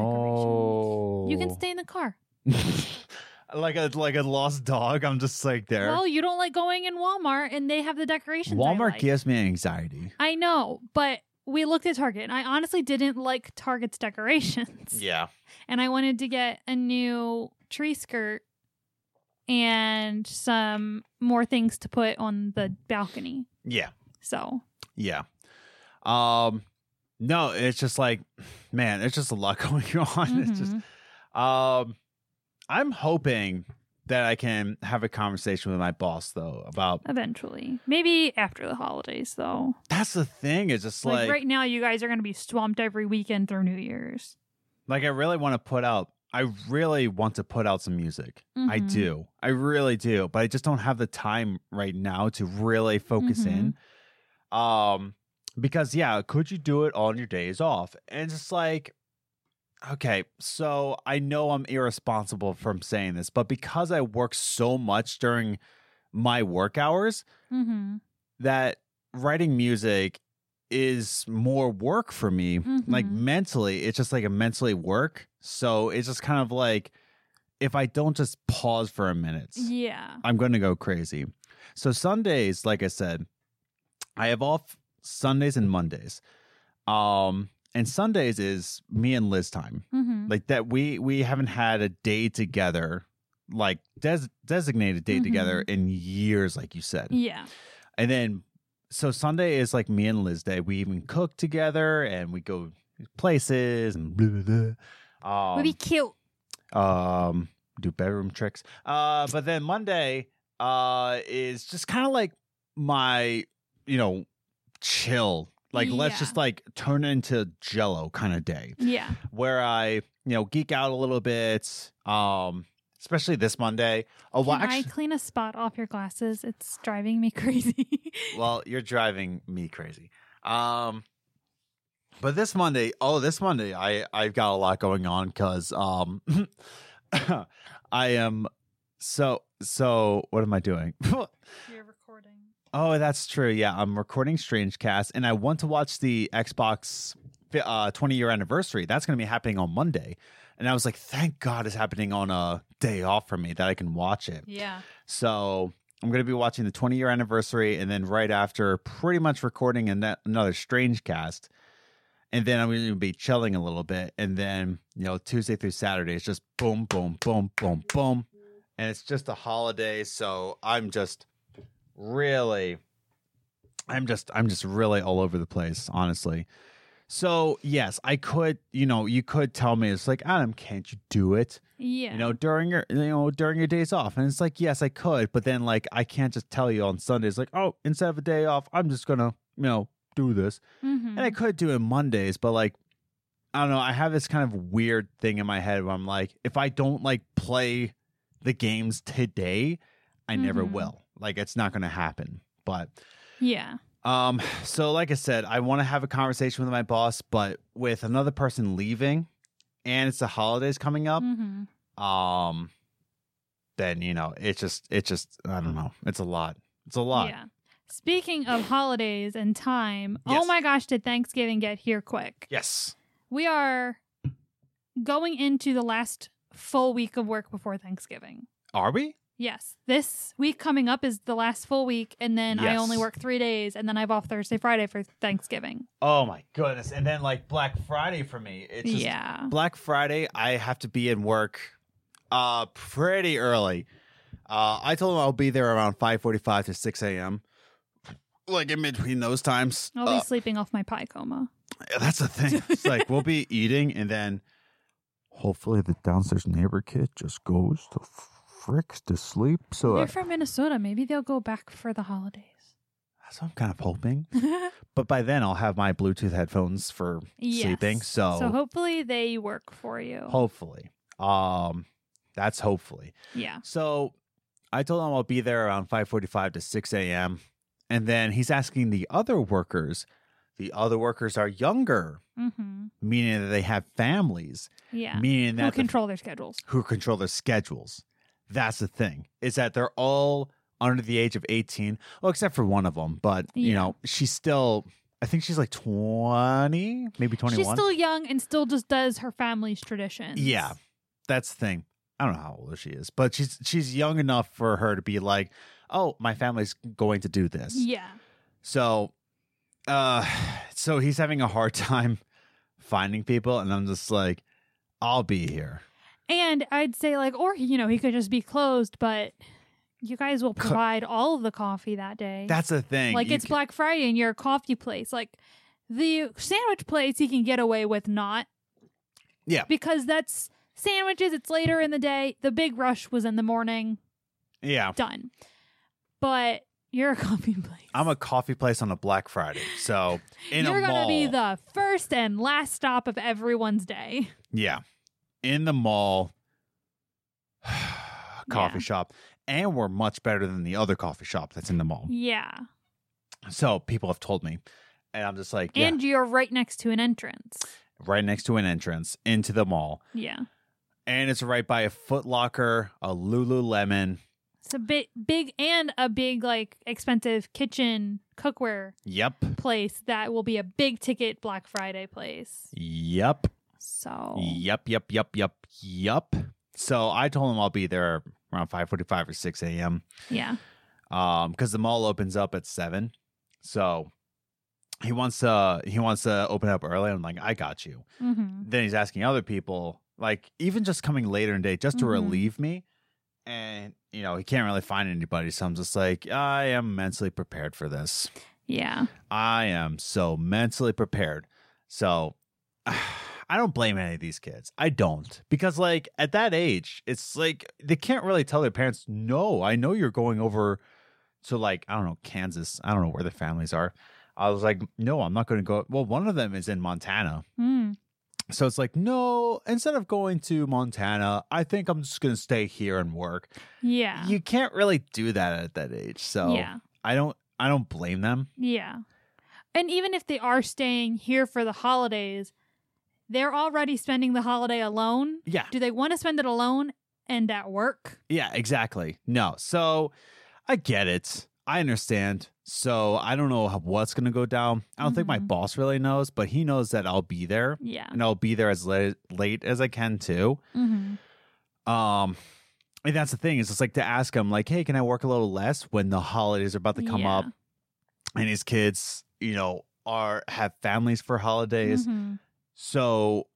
Speaker 1: No,
Speaker 2: decorations. You can stay in the car.
Speaker 1: (laughs) like a like a lost dog. I'm just like there.
Speaker 2: Well, you don't like going in Walmart and they have the decorations. I
Speaker 1: Walmart
Speaker 2: like.
Speaker 1: gives me anxiety.
Speaker 2: I know, but we looked at Target and I honestly didn't like Target's decorations.
Speaker 1: Yeah.
Speaker 2: And I wanted to get a new tree skirt and some more things to put on the balcony.
Speaker 1: Yeah.
Speaker 2: So,
Speaker 1: Yeah. Um no, it's just like man, it's just a lot (laughs) going on. (laughs) It's just
Speaker 2: mhm.
Speaker 1: um I'm hoping that I can have a conversation with my boss though about
Speaker 2: eventually. Maybe after the holidays, though.
Speaker 1: that's the thing. It's just
Speaker 2: Like,
Speaker 1: like
Speaker 2: right now, you guys are going to be swamped every weekend through New Year's.
Speaker 1: like I really want to put out I really want to put out some music. I
Speaker 2: Mhm.
Speaker 1: do. I really do, but I just don't have the time right now to really focus in. Um because yeah, could you do it on your days off? And it's like okay, so I know I'm irresponsible from saying this, but because I work so much during my work hours
Speaker 2: Mm-hmm.
Speaker 1: that writing music is more work for me like
Speaker 2: Mhm.
Speaker 1: mentally it's just like a mentally work so it's just kind of like if i don't just pause for a minute
Speaker 2: Yeah.
Speaker 1: i'm gonna go crazy so sundays like i said i have off sundays and mondays um and sundays is me and liz time
Speaker 2: Mm-hmm.
Speaker 1: like that we we haven't had a day together like des- designated day together
Speaker 2: Mm-hmm.
Speaker 1: in years like you said
Speaker 2: Yeah.
Speaker 1: and then, so Sunday is like me and Liz day. We even cook together and we go places and blah, blah, blah.
Speaker 2: Would
Speaker 1: Um,
Speaker 2: be cute.
Speaker 1: um, do bedroom tricks. Uh, but then Monday uh, is just kind of like my, you know, chill. Like, let's
Speaker 2: Yeah. Mm.
Speaker 1: just like turn it into jello kind of day
Speaker 2: Yeah.
Speaker 1: where I, you know, geek out a little bit. Um, especially this Monday. Oh, well,
Speaker 2: Can
Speaker 1: actually,
Speaker 2: I clean a spot off your glasses? It's driving me (laughs) crazy.
Speaker 1: well, you're driving me crazy. Um, but this Monday, oh, this Monday, I I've got a lot going on because um, (laughs) I am so so. What am I doing? (laughs)
Speaker 2: You're recording.
Speaker 1: oh, that's true. Yeah, I'm recording Strange Cast, and I want to watch the Xbox fi- uh, 20 year anniversary. That's going to be happening on Monday, and I was like, thank God it's happening on a day off for me that I can watch it.
Speaker 2: Yeah.
Speaker 1: So I'm going to be watching the 20 year anniversary and then right after, pretty much recording an- another Strange cast. And then I'm going to be chilling a little bit. And then, you know, Tuesday through Saturday, it's just boom, boom, boom, boom, boom. And it's just a holiday. So I'm just really, I'm just, I'm just really all over the place, honestly. So, yes, I could, you know, you could tell me, it's like, Adam, can't you do it?
Speaker 2: Yeah.
Speaker 1: you know during your you know during your days off and it's like yes i could but then like i can't just tell you on sundays like oh instead of a day off i'm just gonna you know do this
Speaker 2: Mhm.
Speaker 1: and i could do it mondays but like i don't know i have this kind of weird thing in my head where i'm like if i don't like play the games today i never
Speaker 2: Mhm.
Speaker 1: will like it's not gonna happen but
Speaker 2: yeah.
Speaker 1: um, so like I said, I want to have a conversation with my boss, but with another person leaving and it's the holidays coming up,
Speaker 2: Mm-hmm.
Speaker 1: um then you know it's just it's just i don't know it's a lot it's a lot
Speaker 2: Yeah. Speaking of holidays and time,
Speaker 1: Yes.
Speaker 2: oh my gosh, did Thanksgiving get here quick?
Speaker 1: yes
Speaker 2: We are going into the last full week of work before Thanksgiving.
Speaker 1: are we
Speaker 2: Yes. This week coming up is the last full week, and then I
Speaker 1: Yes.
Speaker 2: only work three days, and then I've off Thursday, Friday for Thanksgiving.
Speaker 1: oh my goodness and then like black friday for me it's just
Speaker 2: yeah.
Speaker 1: black friday i have to be in work uh pretty early uh i told him i'll be there around 5 45 to 6 a.m like in between those times.
Speaker 2: I'll be sleeping off my pie coma.
Speaker 1: Uh, that's
Speaker 2: (laughs)
Speaker 1: the thing. It's like we'll be eating and then
Speaker 3: Hopefully, the downstairs neighbor kid just goes to fricks to sleep. So
Speaker 2: They're
Speaker 3: I,
Speaker 2: from Minnesota. Maybe they'll go back for the holidays. (laughs)
Speaker 1: that's what I'm kind of hoping. But by then I'll have my Bluetooth headphones for
Speaker 2: yes.
Speaker 1: sleeping. So,
Speaker 2: So hopefully they work for you.
Speaker 1: hopefully. Um that's hopefully.
Speaker 2: yeah.
Speaker 1: So I told him I'll be there around 5:45 to 6 a.m. And then he's asking the other workers. The other workers are younger,
Speaker 2: Mm-hmm.
Speaker 1: meaning that they have families,
Speaker 2: Yeah.
Speaker 1: meaning
Speaker 2: Who
Speaker 1: that the-
Speaker 2: control their schedules?
Speaker 1: who control their schedules. That's the thing. Is that they're all under the age of 18. Well, except for one of them, but you
Speaker 2: Yeah.
Speaker 1: know, she's still I think she's like 20, maybe 21.
Speaker 2: She's still young and still just does her family's traditions.
Speaker 1: Yeah, that's the thing. I don't know how old she is, but she's she's young enough for her to be like, "Oh, my family's going to do this."
Speaker 2: Yeah.
Speaker 1: So, uh, so he's having a hard (laughs) time finding people, and I'm just like, "I'll be here."
Speaker 2: And I'd say like, or you know, he could just be closed, but you guys will
Speaker 1: Co-
Speaker 2: provide all of the coffee that day.
Speaker 1: That's the thing.
Speaker 2: like
Speaker 1: You
Speaker 2: it's
Speaker 1: c-
Speaker 2: Black Friday and you're a coffee place. Like the sandwich place, he can get away with not.
Speaker 1: Yeah.
Speaker 2: Because that's sandwiches. It's later in the day. The big rush was in the morning.
Speaker 1: yeah.
Speaker 2: Done. But you're a (laughs) coffee place.
Speaker 1: I'm a coffee place on a Black Friday,
Speaker 2: (laughs)
Speaker 1: so in
Speaker 2: you're
Speaker 1: a
Speaker 2: gonna
Speaker 1: mall.
Speaker 2: be the first and last stop of everyone's day.
Speaker 1: yeah, in the mall, (sighs) coffee
Speaker 2: Yeah.
Speaker 1: shop, and we're much better than the other coffee shop that's in the mall.
Speaker 2: Yeah.
Speaker 1: So people have told me, and I'm just like, yeah,
Speaker 2: And you're right next to an entrance.
Speaker 1: right next to an entrance into the mall,
Speaker 2: Yeah.
Speaker 1: and it's right by a Foot Locker, a Lululemon.
Speaker 2: It's a big big and a big like expensive kitchen cookware
Speaker 1: Yep,
Speaker 2: place that will be a big ticket Black Friday place.
Speaker 1: yep,
Speaker 2: So
Speaker 1: yep, yep, yep, yep, yep. So I told him I'll be there around 5:45 or 6 a.m.
Speaker 2: yeah.
Speaker 1: um because the mall opens up at seven so he wants to he wants to open up early i'm like i got you
Speaker 2: Mm-hmm.
Speaker 1: then he's asking other people like even just coming later in the day just to
Speaker 2: Mhm.
Speaker 1: relieve me and you know he can't really find anybody so i'm just like i am mentally prepared for this
Speaker 2: Yeah.
Speaker 1: i am so mentally prepared so (sighs) i don't blame any of these kids i don't because like at that age it's like they can't really tell their parents no i know you're going over to like i don't know kansas i don't know where their families are i was like no i'm not going to go well one of them is in montana
Speaker 2: Mm.
Speaker 1: so it's like, no, instead of going to Montana, I think I'm just going to stay here and work.
Speaker 2: Yeah.
Speaker 1: You can't really do that at that age. So
Speaker 2: Yeah.
Speaker 1: I don't I don't blame them.
Speaker 2: Yeah. And even if they are staying here for the holidays, they're already spending the holiday alone.
Speaker 1: Yeah.
Speaker 2: Do they want to spend it alone and at work?
Speaker 1: Yeah, exactly. No. So I get it. I understand. So I don't know how, what's going to go down. I don't think my
Speaker 2: Mhm.
Speaker 1: boss really knows, but he knows that I'll be there
Speaker 2: Yeah.
Speaker 1: and I'll be there as late, late as I can too.
Speaker 2: Mm-hmm.
Speaker 1: Um, and that's the thing is it's like to ask him like, hey, can I work a little less when the holidays are about to come
Speaker 2: Yeah.
Speaker 1: up, and his kids, you know, are have families for holidays,
Speaker 2: Mhm.
Speaker 1: so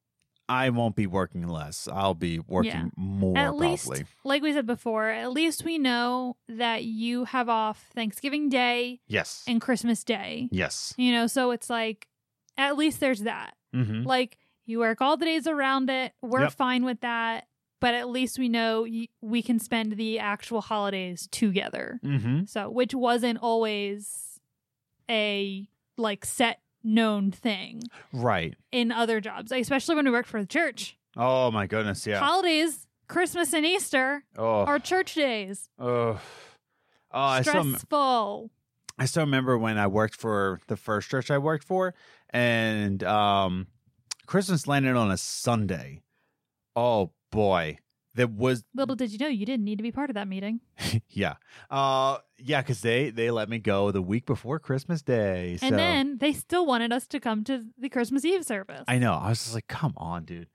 Speaker 1: I won't be working less. I'll be working
Speaker 2: Yeah.
Speaker 1: more
Speaker 2: At
Speaker 1: probably.
Speaker 2: least, like we said before, at least we know that you have off Thanksgiving Day
Speaker 1: Yes.
Speaker 2: and Christmas Day.
Speaker 1: yes.
Speaker 2: You know, so it's like, at least there's that.
Speaker 1: Mm-hmm.
Speaker 2: Like, you work all the days around it. We're
Speaker 1: Yep.
Speaker 2: fine with that. But at least we know y- we can spend the actual holidays together.
Speaker 1: Mm-hmm.
Speaker 2: So, which wasn't always a like set known thing
Speaker 1: Right.
Speaker 2: in other jobs, especially when we worked for the church.
Speaker 1: Oh my goodness. Yeah.
Speaker 2: Holidays, Christmas and Easter
Speaker 1: Oh.
Speaker 2: are church days.
Speaker 1: oh. Oh, I still, m-
Speaker 2: Stressful.
Speaker 1: I still remember when I worked for the first church I worked for, and um, Christmas landed on a Sunday. Oh boy, that was
Speaker 2: Little did you know you didn't need to be part of that meeting.
Speaker 1: yeah, uh, yeah, because they they let me go the week before Christmas Day. So
Speaker 2: And then they still wanted us to come to the Christmas Eve service.
Speaker 1: I know I was just like, come on, dude.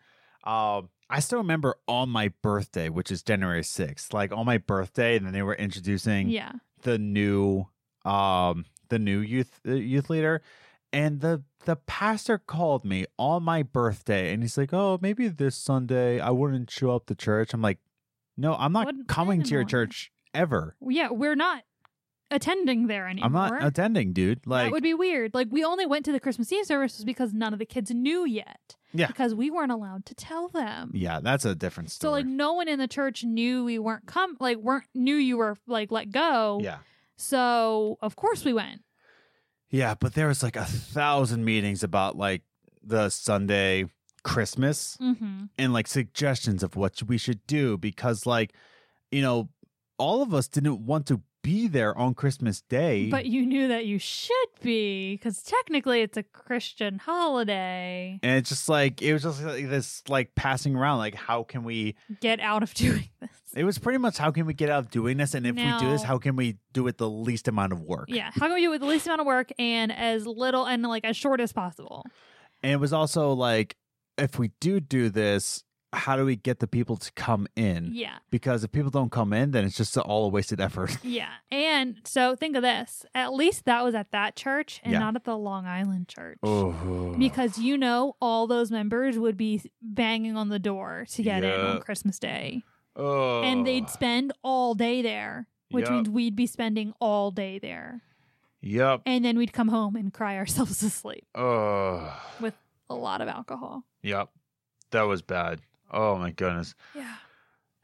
Speaker 1: Um, I still remember on my birthday, which is January sixth, like on my birthday, and then they were introducing
Speaker 2: yeah.
Speaker 1: the new um the new youth uh, youth leader and the the pastor called me on my birthday and he's like oh maybe this sunday i wouldn't show up to church i'm like no i'm not
Speaker 2: Wouldn't plan
Speaker 1: coming to your
Speaker 2: on it."
Speaker 1: church ever
Speaker 2: Yeah, we're not attending there anymore.
Speaker 1: I'm not attending, dude. Like,
Speaker 2: that would be weird. Like we only went to the Christmas Eve services because none of the kids knew yet.
Speaker 1: Yeah.
Speaker 2: Because we weren't allowed to tell them.
Speaker 1: yeah, that's a different
Speaker 2: So
Speaker 1: story.
Speaker 2: like no one in the church knew we weren't come like weren't knew you were like let go.
Speaker 1: yeah,
Speaker 2: So of course we went.
Speaker 1: yeah, but there was like a thousand meetings about like the Sunday Christmas
Speaker 2: Mm-hmm.
Speaker 1: and like suggestions of what we should do because like you know all of us didn't want to be there on Christmas Day.
Speaker 2: But you knew that you should be because technically it's a Christian holiday.
Speaker 1: and it's just like it was just like this like passing around like how can we
Speaker 2: Get out of (laughs) doing this.
Speaker 1: it was pretty much how can we get out of doing this and if we do this
Speaker 2: No.
Speaker 1: how can we do it the least amount of work
Speaker 2: Yeah, how can we do it with the least amount of work and as little and like as short as possible?
Speaker 1: And it was also like, if we do do this, how do we get the people to come in?
Speaker 2: Yeah,
Speaker 1: Because if people don't come in, then it's just all a wasted (laughs) effort.
Speaker 2: yeah. And so think of this. At least that was at that church and
Speaker 1: Yeah.
Speaker 2: not at the Long Island church.
Speaker 1: Oh,
Speaker 2: Because you know, all those members would be banging on the door to get in on
Speaker 1: Yep.
Speaker 2: Christmas Day. And they'd spend all day there, which
Speaker 1: Yep.
Speaker 2: means we'd be spending all day there.
Speaker 1: Yep.
Speaker 2: And then we'd come home and cry (laughs) ourselves to sleep.
Speaker 1: Oh.
Speaker 2: With- A lot of alcohol.
Speaker 1: Yep. That was bad. Oh my goodness.
Speaker 2: Yeah.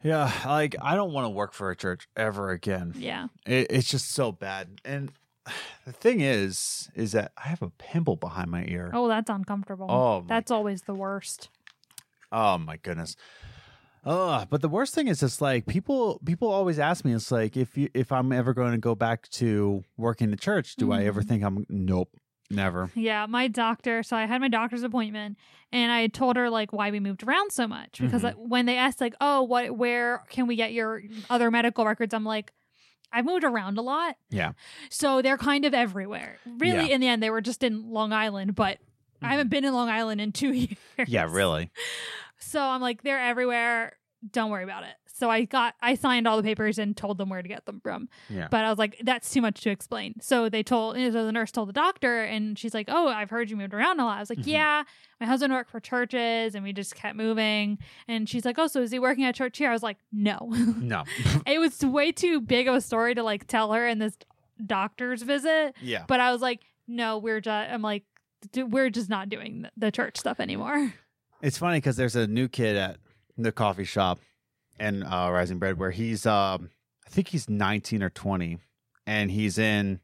Speaker 1: Yeah, like I don't want to work for a church ever again.
Speaker 2: Yeah.
Speaker 1: It, it's just so bad. And (sighs) the thing is, is that I have a pimple behind my ear.
Speaker 2: Oh, that's uncomfortable.
Speaker 1: Oh, my
Speaker 2: that's always the worst.
Speaker 1: Oh my goodness. Ugh, but the worst thing is it's like people people always ask me, it's like if you if I'm ever going to go back to working the church, do I ever
Speaker 2: Mhm.
Speaker 1: think I'm nope, never.
Speaker 2: Yeah, my doctor. So I had my doctor's appointment, and I had told her like why we moved around so much because
Speaker 1: Mhm.
Speaker 2: like, when they asked like, "Oh, what? Where can we get your other medical records?" I'm like, "I've moved around a lot."
Speaker 1: Yeah.
Speaker 2: So they're kind of everywhere. Really, in the end, they were just in Long Island, but I
Speaker 1: Mm-hmm.
Speaker 2: haven't been in Long Island in two (laughs) years.
Speaker 1: Yeah, really.
Speaker 2: So I'm like, they're everywhere. Don't worry about it. So I got, I signed all the papers and told them where to get them from.
Speaker 1: Yeah.
Speaker 2: But I was like, that's too much to explain. So they told, so the nurse told the doctor, and she's like, oh, I've heard you moved around a lot. I was like,
Speaker 1: Mhm.
Speaker 2: yeah, my husband worked for churches, and we just kept moving. And she's like, oh, so is he working at a church here? I was like, no. (laughs)
Speaker 1: No. (laughs)
Speaker 2: it was way too big of a story to like tell her in this doctor's visit.
Speaker 1: yeah.
Speaker 2: But I was like, no, we're just, I'm like, "D- we're just not doing the- the church stuff anymore. (laughs)
Speaker 1: It's funny because there's a new kid at the coffee shop and uh, Rising Bread where he's, um, I think he's 19 or 20, and he's in,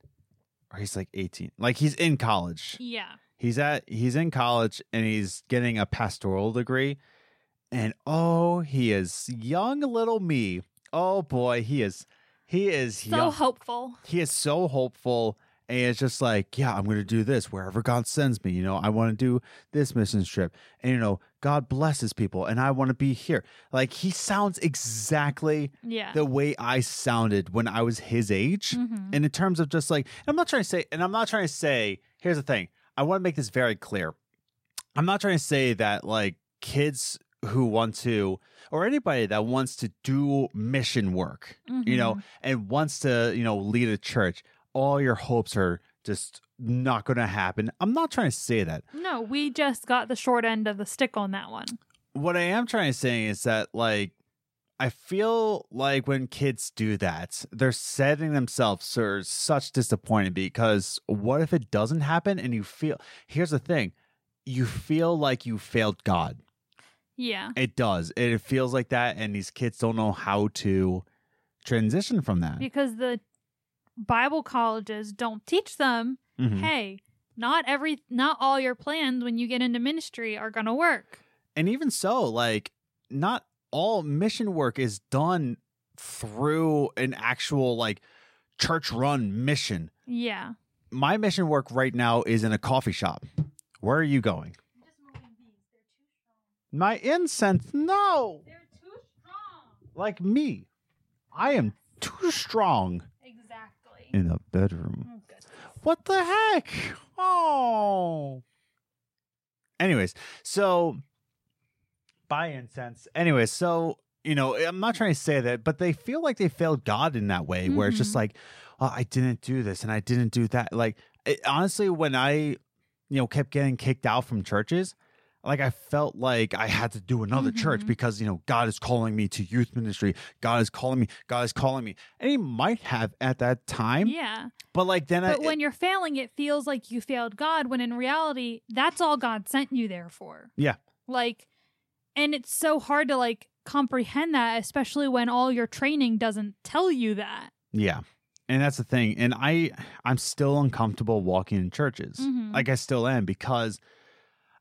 Speaker 1: or he's like 18, like he's in college.
Speaker 2: Yeah.
Speaker 1: He's at, he's in college and he's getting a pastoral degree, and oh, he is young little me. Oh boy, he is, he is
Speaker 2: So
Speaker 1: young
Speaker 2: hopeful.
Speaker 1: he is so hopeful and it's just like yeah i'm gonna do this wherever god sends me you know i want to do this mission trip and you know god blesses people and i want to be here like he sounds exactly
Speaker 2: Yeah.
Speaker 1: the way i sounded when i was his age
Speaker 2: Mhm.
Speaker 1: and in terms of just like i'm not trying to say and i'm not trying to say here's the thing i want to make this very clear i'm not trying to say that like kids who want to or anybody that wants to do mission work you know,
Speaker 2: Mhm.
Speaker 1: and wants to, you know, lead a church, all your hopes are just not going to happen. I'm not trying to say that.
Speaker 2: Mm-hmm. No, we just got the short end of the stick on that one.
Speaker 1: What I am trying to say is that, like, I feel like when kids do that, they're setting themselves for such disappointment because what if it doesn't happen and you feel, here's the thing, you feel like you failed God.
Speaker 2: Yeah.
Speaker 1: It does. It feels like that. And these kids don't know how to transition from that.
Speaker 2: Because the Bible colleges don't teach them,
Speaker 1: Mhm.
Speaker 2: hey, not every not all your plans when you get into ministry are going to work.
Speaker 1: and even so like not all mission work is done through an actual like church run mission
Speaker 2: Yeah.
Speaker 1: my mission work right now is in a coffee shop where are you going my incense no
Speaker 2: They're too strong.
Speaker 1: like me i am too strong
Speaker 2: Exactly.
Speaker 1: in a bedroom
Speaker 2: Oh, good.
Speaker 1: What the heck? Oh. Anyways, so buy incense. Anyways, so you know, I'm not trying to say that, but they feel like they failed God in that way, where it's just
Speaker 2: Mhm.
Speaker 1: like, oh, I didn't do eh, this and I didn't do that. Like, it, honestly, when I, you know, kept getting kicked out from churches, like I felt like I had to do another church
Speaker 2: Mhm.
Speaker 1: because you know God is calling me to youth ministry. God is calling me. God is calling me. And he might have at that time,
Speaker 2: yeah.
Speaker 1: but like then I
Speaker 2: But when you're failing, it feels like you failed God, when in reality, that's all God sent you there for.
Speaker 1: Yeah.
Speaker 2: Like, and it's so hard to like comprehend that, especially when all your training doesn't tell you that.
Speaker 1: yeah. And that's the thing. And I I'm still uncomfortable walking in churches.
Speaker 2: Mhm.
Speaker 1: Like I still am because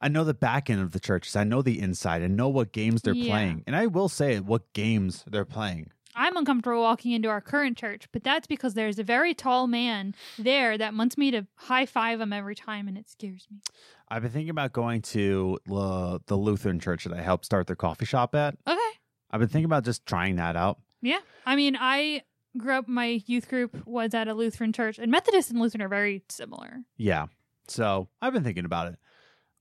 Speaker 1: I know the back end of the churches. I know the inside. I know what games they're
Speaker 2: Yeah.
Speaker 1: playing. And I will say what games they're playing.
Speaker 2: I'm uncomfortable walking into our current church, but that's because there's a very tall man there that wants me to high five him every time, and it scares me.
Speaker 1: I've been thinking about going to the, the Lutheran church that I helped start their coffee shop at.
Speaker 2: Okay.
Speaker 1: I've been thinking about just trying that out.
Speaker 2: Yeah. I mean, I grew up, my youth group was at a Lutheran church, and Methodist and Lutheran are very similar.
Speaker 1: Yeah. So I've been thinking about it.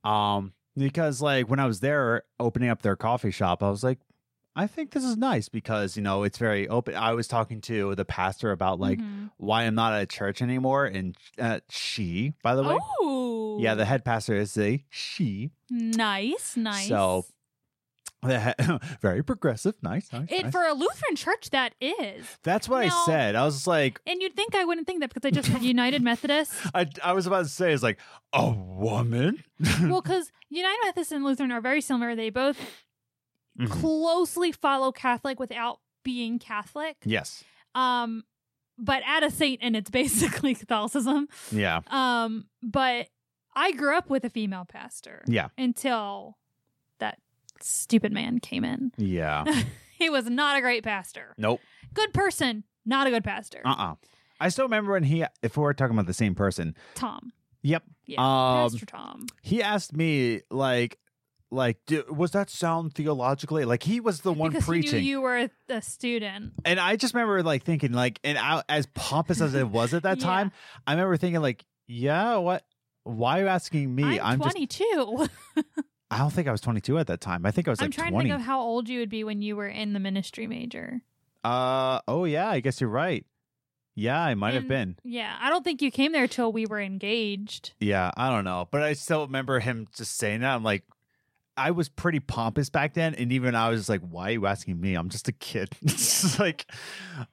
Speaker 1: Um, because like when I was there opening up their coffee shop, I was like, I think this is nice because, you know, it's very open. I was talking to the pastor about like
Speaker 2: Mhm.
Speaker 1: why I'm not at a church anymore. And uh, she, by the way,
Speaker 2: oh,
Speaker 1: yeah, the head pastor is a she.
Speaker 2: nice, nice.
Speaker 1: So, The he- (laughs) very progressive. Nice. nice,
Speaker 2: it
Speaker 1: nice.
Speaker 2: for a Lutheran church that is,
Speaker 1: That's what
Speaker 2: No.
Speaker 1: I said. I was just like,
Speaker 2: and you'd think I wouldn't think that because I just said United Methodist.
Speaker 1: I, I was about to say, it's like, a woman? (laughs)
Speaker 2: Well, because United Methodist and Lutheran are very similar. They both
Speaker 1: Mhm.
Speaker 2: closely follow Catholic without being Catholic.
Speaker 1: Yes.
Speaker 2: Um, but add a saint, and it's (laughs) basically Catholicism.
Speaker 1: Yeah.
Speaker 2: Um, but I grew up with a female pastor.
Speaker 1: Yeah.
Speaker 2: Until that stupid man came in.
Speaker 1: Yeah.
Speaker 2: He was not a great pastor.
Speaker 1: Nope.
Speaker 2: Good person, not a good pastor.
Speaker 1: Uh-uh. I still remember when he, if we're talking about the same person,
Speaker 2: Tom.
Speaker 1: Yep.
Speaker 2: Yeah.
Speaker 1: Um,
Speaker 2: Pastor Tom.
Speaker 1: he asked me like, like, "D- was that sound theologically? Like he was the one
Speaker 2: because
Speaker 1: preaching,
Speaker 2: He knew you were a, a student.
Speaker 1: and I just remember like thinking like, and I, as pompous as it was at that
Speaker 2: (laughs) Yeah.
Speaker 1: time, I remember thinking like, yeah, what? Why are you asking me?
Speaker 2: I'm,
Speaker 1: just,
Speaker 2: 22.
Speaker 1: I don't think I was 22 at that time. I think I was
Speaker 2: I'm
Speaker 1: like
Speaker 2: trying
Speaker 1: 20.
Speaker 2: to think of how old you would be when you were in the ministry major.
Speaker 1: uh, oh yeah, I guess you're right. Yeah, I might have been.
Speaker 2: And- Yeah, I don't think you came there till we were engaged.
Speaker 1: Yeah, I don't know, but I still remember him just saying that. I'm like, I was pretty pompous back then, and even I was just like, "Why are you asking me? I'm just a kid." (laughs) it's just like,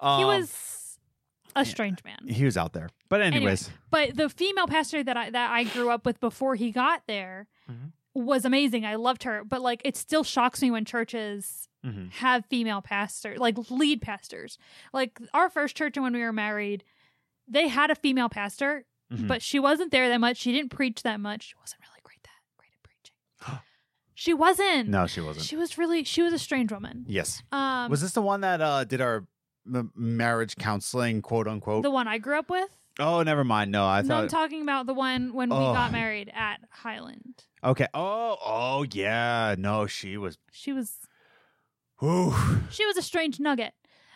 Speaker 1: um,
Speaker 2: he was a strange man.
Speaker 1: he was out there. But anyways,
Speaker 2: but the female pastor that I that I grew up with before he got there
Speaker 1: Mhm.
Speaker 2: was amazing. I loved her, but like it still shocks me when churches
Speaker 1: Mhm.
Speaker 2: have female pastors, like lead pastors. Like our first church and when we were married, they had a female pastor,
Speaker 1: Mhm.
Speaker 2: but she wasn't there that much. She didn't preach that much. She wasn't really great that great
Speaker 1: (gasps)
Speaker 2: at preaching. she wasn't.
Speaker 1: no, she wasn't.
Speaker 2: She was really she was a strange woman.
Speaker 1: yes,
Speaker 2: Um
Speaker 1: was this the one that uh did our m- marriage counseling, quote unquote?
Speaker 2: the one I grew up with?
Speaker 1: oh, never mind. No, I
Speaker 2: no, I'm
Speaker 1: thought.
Speaker 2: talking about the one when we
Speaker 1: Oh.
Speaker 2: got married at Highland.
Speaker 1: okay. Oh, oh yeah. No, she was.
Speaker 2: She was
Speaker 1: Whew.
Speaker 2: she was a strange nugget.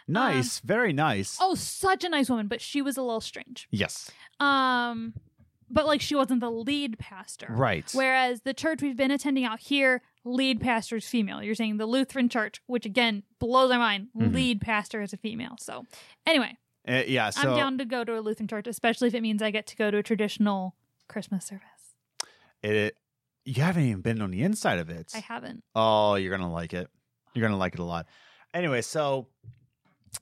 Speaker 1: Nice, very nice.
Speaker 2: Um, Oh, such a nice woman, but she was a little strange.
Speaker 1: Yes,
Speaker 2: Um but like she wasn't the lead pastor.
Speaker 1: right.
Speaker 2: Whereas the church we've been attending out here, lead pastor is female. You're saying the Lutheran church, which again blows my mind,
Speaker 1: Mhm.
Speaker 2: lead pastor is a female. So anyway,
Speaker 1: Uh, yeah. So
Speaker 2: I'm down to go to a Lutheran church, especially if it means I get to go to a traditional Christmas service.
Speaker 1: it, it you haven't even been on the inside of it.
Speaker 2: I haven't.
Speaker 1: Oh, you're gonna like it. You're gonna like it a lot. Anyway, so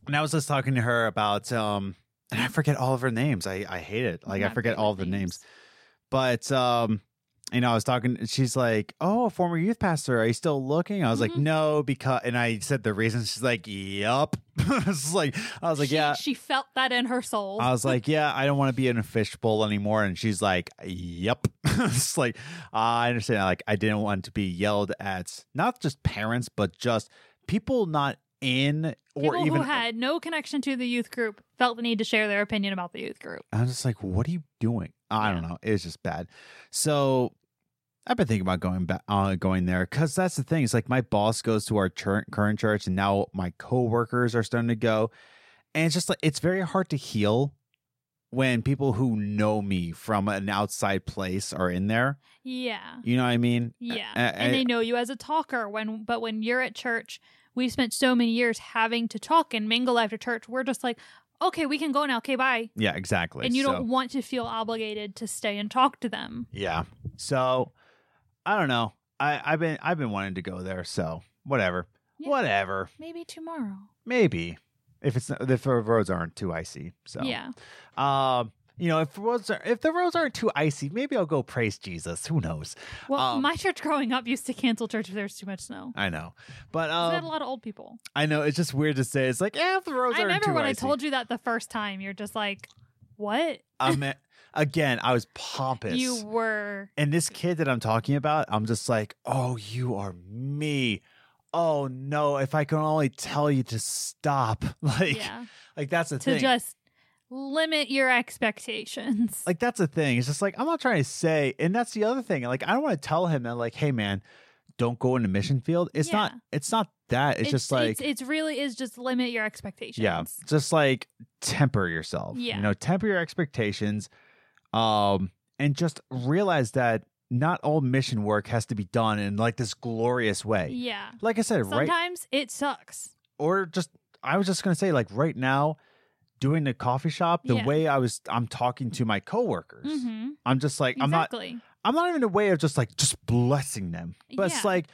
Speaker 1: and I was just talking to her about um and I forget all of her names. I, I hate it. Like I
Speaker 2: Not
Speaker 1: forget
Speaker 2: great
Speaker 1: all
Speaker 2: with
Speaker 1: the names. But um you know, I was talking she's like, Oh, a former youth pastor, are you still looking? I was
Speaker 2: Mhm.
Speaker 1: like, No, because and I said the reason. She's like, Yup. (laughs) it's like I was like,
Speaker 2: She-
Speaker 1: Yeah. Uh,
Speaker 2: She felt that in her soul. (laughs)
Speaker 1: I was like, yeah, I don't want to be in a fishbowl anymore. And she's like, yep. (laughs) it's like, I understand. Like, I didn't want to be yelled at, not just parents, but just people not in or
Speaker 2: People
Speaker 1: even.
Speaker 2: who had no connection to the youth group felt the need to share their opinion about the youth group.
Speaker 1: I was just like, what are you doing? I don't know. It was just bad. So I've been thinking about going back, uh, going there because that's the thing. It's like my boss goes to our chur- current church, and now my coworkers are starting to go, and it's just like it's very hard to heal when people who know me from an outside place are in there.
Speaker 2: Yeah.
Speaker 1: You know what I mean?
Speaker 2: Yeah.
Speaker 1: I-
Speaker 2: and
Speaker 1: I-
Speaker 2: they know you as a talker when but when you're at church, we've spent so many years having to talk and mingle after church. We're just like, okay, we can go now. Okay, bye.
Speaker 1: Yeah, exactly.
Speaker 2: And you
Speaker 1: So-
Speaker 2: don't want to feel obligated to stay and talk to them.
Speaker 1: Yeah. So I don't know. I, I've been I've been wanting to go there, so whatever,
Speaker 2: Yeah.
Speaker 1: whatever,
Speaker 2: Maybe tomorrow.
Speaker 1: maybe if it's not, if the roads aren't too icy. So
Speaker 2: Yeah.
Speaker 1: um, you know, if roads are if the roads aren't too icy, maybe I'll go praise Jesus. Who knows?
Speaker 2: Well,
Speaker 1: Um,
Speaker 2: my church growing up used to cancel church if there was too much snow.
Speaker 1: I know, but
Speaker 2: Is that a
Speaker 1: um,
Speaker 2: lot of old people?
Speaker 1: I know it's just weird to say. It's like, eh, if the roads
Speaker 2: I
Speaker 1: aren't
Speaker 2: remember
Speaker 1: too
Speaker 2: when
Speaker 1: icy. (laughs)
Speaker 2: I told you that the first time. You're just like, what?
Speaker 1: I mean, again, I was pompous. (laughs)
Speaker 2: You were.
Speaker 1: And this kid that I'm talking about, I'm just like, oh, you are me. Oh no, if I can only tell you to stop. (laughs) Like
Speaker 2: yeah.
Speaker 1: like that's the
Speaker 2: To
Speaker 1: thing.
Speaker 2: just limit your expectations.
Speaker 1: like that's the thing. It's just like I'm not trying to say, and that's the other thing. Like I don't want to tell him that like, hey man, don't go in the mission field. It's not
Speaker 2: Yeah.
Speaker 1: it's not that. It's, just like
Speaker 2: it's, it's really is just limit your expectations.
Speaker 1: yeah just like temper yourself
Speaker 2: Yeah.
Speaker 1: you know temper your expectations um and just realize that not all mission work has to be done in like this glorious way
Speaker 2: Yeah.
Speaker 1: like i said right
Speaker 2: Sometimes it sucks.
Speaker 1: or just i was just gonna say like right now doing the coffee shop the
Speaker 2: Yeah.
Speaker 1: way i was i'm talking to my coworkers
Speaker 2: Mm-hmm.
Speaker 1: i'm just like i'm not
Speaker 2: Exactly.
Speaker 1: i'm not even a way of just like just blessing them but it's
Speaker 2: Yeah.
Speaker 1: like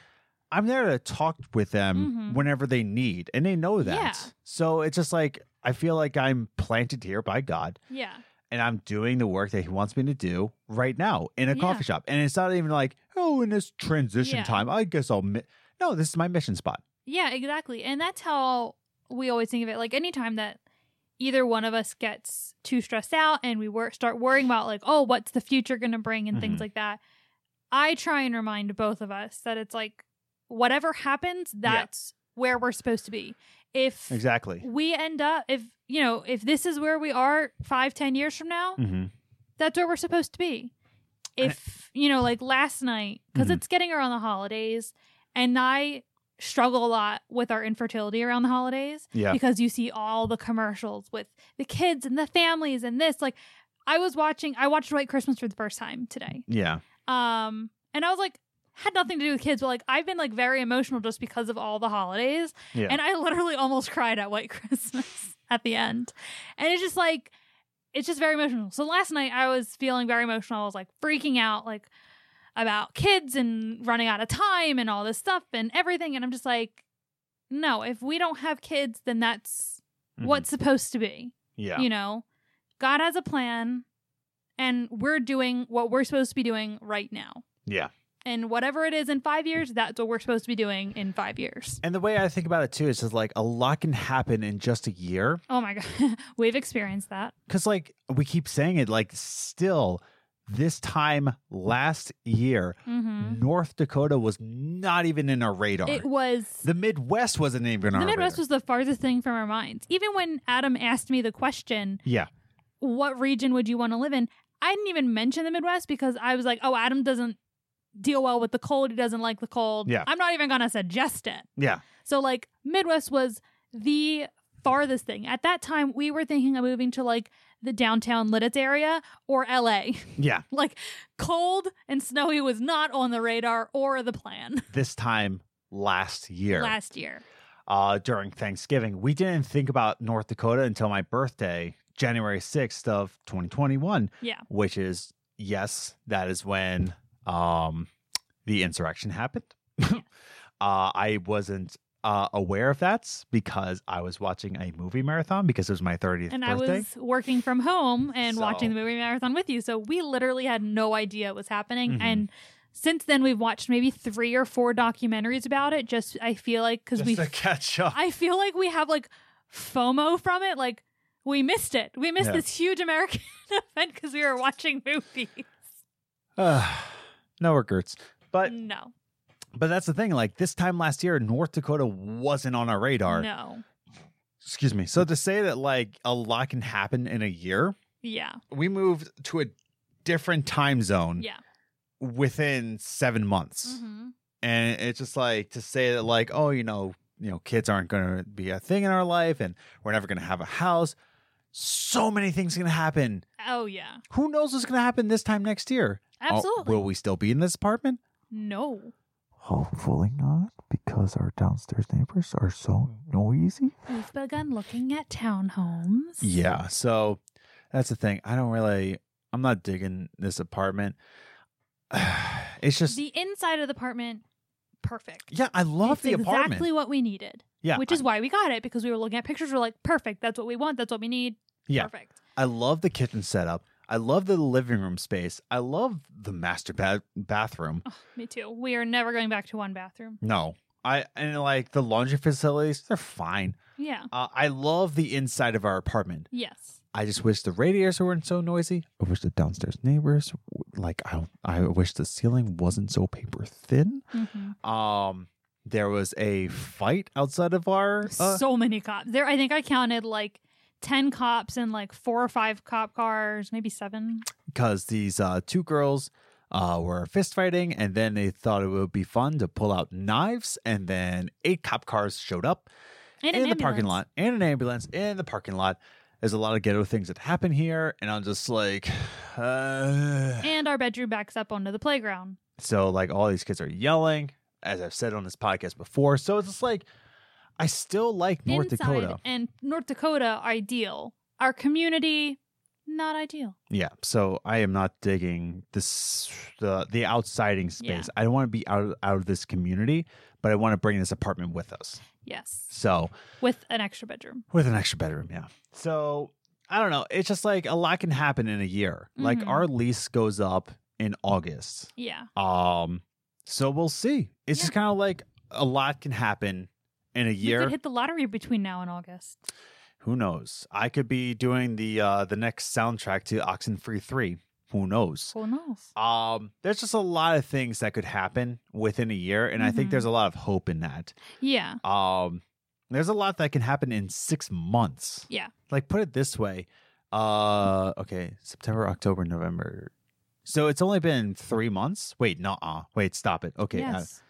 Speaker 1: I'm there to talk with them
Speaker 2: Mhm.
Speaker 1: whenever they need, and they know that.
Speaker 2: Yeah.
Speaker 1: So it's just like I feel like I'm planted here by God,
Speaker 2: Yeah.
Speaker 1: and I'm doing the work that He wants me to do right now in a
Speaker 2: Yeah.
Speaker 1: coffee shop. And it's not even like, oh, in this transition
Speaker 2: Yeah.
Speaker 1: time, I guess I'll. Mi-. No, this is my mission spot.
Speaker 2: Yeah, exactly. And that's how we always think of it. Like anytime that either one of us gets too stressed out and we wor- start worrying about like, oh, what's the future going to bring and
Speaker 1: Mhm.
Speaker 2: things like that, I try and remind both of us that it's like whatever happens, that's where we're supposed to be. If
Speaker 1: Exactly.
Speaker 2: we end up, if you know, if this is where we are five, ten years from now,
Speaker 1: hmm
Speaker 2: that's where we're supposed to be.
Speaker 1: And-
Speaker 2: If you know, like last night, because
Speaker 1: Mhm.
Speaker 2: it's getting around the holidays, and I struggle a lot with our infertility around the holidays
Speaker 1: Yeah.
Speaker 2: because you see all the commercials with the kids and the families and this. Like, I was watching, I watched White Christmas for the first time today,
Speaker 1: Yeah.
Speaker 2: um, and I was like, had nothing to do with kids, but like I've been like very emotional just because of all the holidays,
Speaker 1: Yeah.
Speaker 2: and I literally almost cried at White (laughs) Christmas at the end. And it's just like, it's just very emotional. So last night I was feeling very emotional. I was like freaking out, like about kids and running out of time and all this stuff and everything. And I'm just like, no, if we don't have kids, then that's
Speaker 1: Mhm.
Speaker 2: what's supposed to be.
Speaker 1: Mm-hmm. Yeah.
Speaker 2: You know, God has a plan and we're doing what we're supposed to be doing right now.
Speaker 1: yeah.
Speaker 2: And whatever it is in five years, that's what we're supposed to be doing in five years.
Speaker 1: And the way I think about it too is just like a lot can happen in just a year.
Speaker 2: Oh my God. (laughs) We've experienced that.
Speaker 1: because like we keep saying it like still this time last year
Speaker 2: Mm-hmm.
Speaker 1: north dakota was not even in our radar
Speaker 2: It was.
Speaker 1: the midwest wasn't even on
Speaker 2: The
Speaker 1: our
Speaker 2: Midwest
Speaker 1: radar.
Speaker 2: was the farthest thing from our minds. Even when Adam asked me the question,
Speaker 1: yeah
Speaker 2: what region would you want to live in? I didn't even mention the Midwest because I was like, oh, Adam doesn't deal well with the cold. He doesn't like the cold.
Speaker 1: Yeah.
Speaker 2: I'm not even going to suggest it.
Speaker 1: yeah
Speaker 2: So, like, Midwest was the farthest thing. At that time, we were thinking of moving to like the downtown Lidditz area or LA.
Speaker 1: yeah
Speaker 2: (laughs) like, cold and snowy was not on the radar or the plan
Speaker 1: this time last year
Speaker 2: last year.
Speaker 1: uh during thanksgiving we didn't think about north dakota until my birthday january 6th of 2021
Speaker 2: Yeah.
Speaker 1: which is yes that is when um the insurrection happened (laughs) uh i wasn't uh aware of that because i was watching a movie marathon because it was my 30th
Speaker 2: and
Speaker 1: birthday
Speaker 2: I was working from home and
Speaker 1: So-
Speaker 2: watching the movie marathon with you. So we literally had no idea it was happening.
Speaker 1: Mhm.
Speaker 2: And since then, we've watched maybe three or four documentaries about it. Just I feel like because
Speaker 1: Just
Speaker 2: we,
Speaker 1: to catch up
Speaker 2: I feel like we have like FOMO from it. Like we missed it. We missed
Speaker 1: Yeah.
Speaker 2: this huge American (laughs) event because we were watching movies.
Speaker 1: (sighs) no regrets but
Speaker 2: no,
Speaker 1: but that's the thing like this time last year north dakota wasn't on our radar
Speaker 2: no,
Speaker 1: excuse me so to say that like a lot can happen in a year
Speaker 2: yeah,
Speaker 1: we moved to a different time zone
Speaker 2: yeah.
Speaker 1: within seven months
Speaker 2: hmm
Speaker 1: and it's just like to say that like oh you know you know kids aren't going to be a thing in our life and we're never going to have a house so many things going to happen
Speaker 2: Oh yeah,
Speaker 1: who knows what's going to happen this time next year Oh,
Speaker 2: absolutely.
Speaker 1: will we still be in this apartment
Speaker 2: no,
Speaker 3: Hopefully not, because our downstairs neighbors are so noisy.
Speaker 2: we've begun looking at townhomes.
Speaker 1: yeah so that's the thing i don't really i'm not digging this apartment (sighs) it's just
Speaker 2: the inside of the apartment, perfect.
Speaker 1: yeah, I love
Speaker 2: It's
Speaker 1: the apartment.
Speaker 2: Exactly what we needed.
Speaker 1: yeah,
Speaker 2: which is why we got it because we were looking at pictures. We're like, perfect. That's what we want. That's what we need.
Speaker 1: Yeah.
Speaker 2: Perfect.
Speaker 1: I love the kitchen setup. I love the living room space. I love the master ba- bathroom.
Speaker 2: Me too. We are never going back to one bathroom.
Speaker 1: No, I and like the laundry facilities, they're fine.
Speaker 2: Yeah.
Speaker 1: Uh, I love the inside of our apartment.
Speaker 2: Yes.
Speaker 1: I just wish the radiators weren't so noisy. I wish the downstairs neighbors, like I, I wish the ceiling wasn't so paper thin.
Speaker 2: hmm
Speaker 1: Um, there was a fight outside of our. Uh,
Speaker 2: so many cops. There, I think I counted like 10 cops and like four or five cop cars, maybe seven.
Speaker 1: because these uh, two girls uh, were fist fighting, and then they thought it would be fun to pull out knives, and then eight cop cars showed up
Speaker 2: And
Speaker 1: in
Speaker 2: an
Speaker 1: the parking
Speaker 2: ambulance.
Speaker 1: lot, and an ambulance in the parking lot. There's a lot of ghetto things that happen here, and I'm just like, (sighs) uh...
Speaker 2: And our bedroom backs up onto the playground.
Speaker 1: so like all these kids are yelling, as I've said on this podcast before. So it's just like, I still like North
Speaker 2: Inside
Speaker 1: Dakota.
Speaker 2: And North Dakota, ideal. Our community, not ideal.
Speaker 1: Yeah, so I am not digging this the the outsiding
Speaker 2: Yeah.
Speaker 1: space. I don't want to be out of, out of this community, but I want to bring this apartment with us.
Speaker 2: Yes.
Speaker 1: So
Speaker 2: With an extra bedroom.
Speaker 1: with an extra bedroom, yeah. So I don't know. It's just like a lot can happen in a year. Like
Speaker 2: Mhm.
Speaker 1: our lease goes up in August.
Speaker 2: Yeah.
Speaker 1: Um, so we'll see. It's
Speaker 2: Yeah.
Speaker 1: just kind of like a lot can happen in a
Speaker 2: We
Speaker 1: year.
Speaker 2: could hit the lottery between now and August.
Speaker 1: Who knows? I could be doing the uh the next soundtrack to Oxenfree Three. Who knows?
Speaker 2: Who knows?
Speaker 1: Um, there's just a lot of things that could happen within a year, and I think
Speaker 2: Mhm.
Speaker 1: there's a lot of hope in that.
Speaker 2: Yeah.
Speaker 1: Um, there's a lot that can happen in six months.
Speaker 2: Yeah.
Speaker 1: like put it this way. Uh, okay, September, October, November. So it's only been three months. Wait, no, uh, wait, stop it. Okay, uh,
Speaker 2: yes.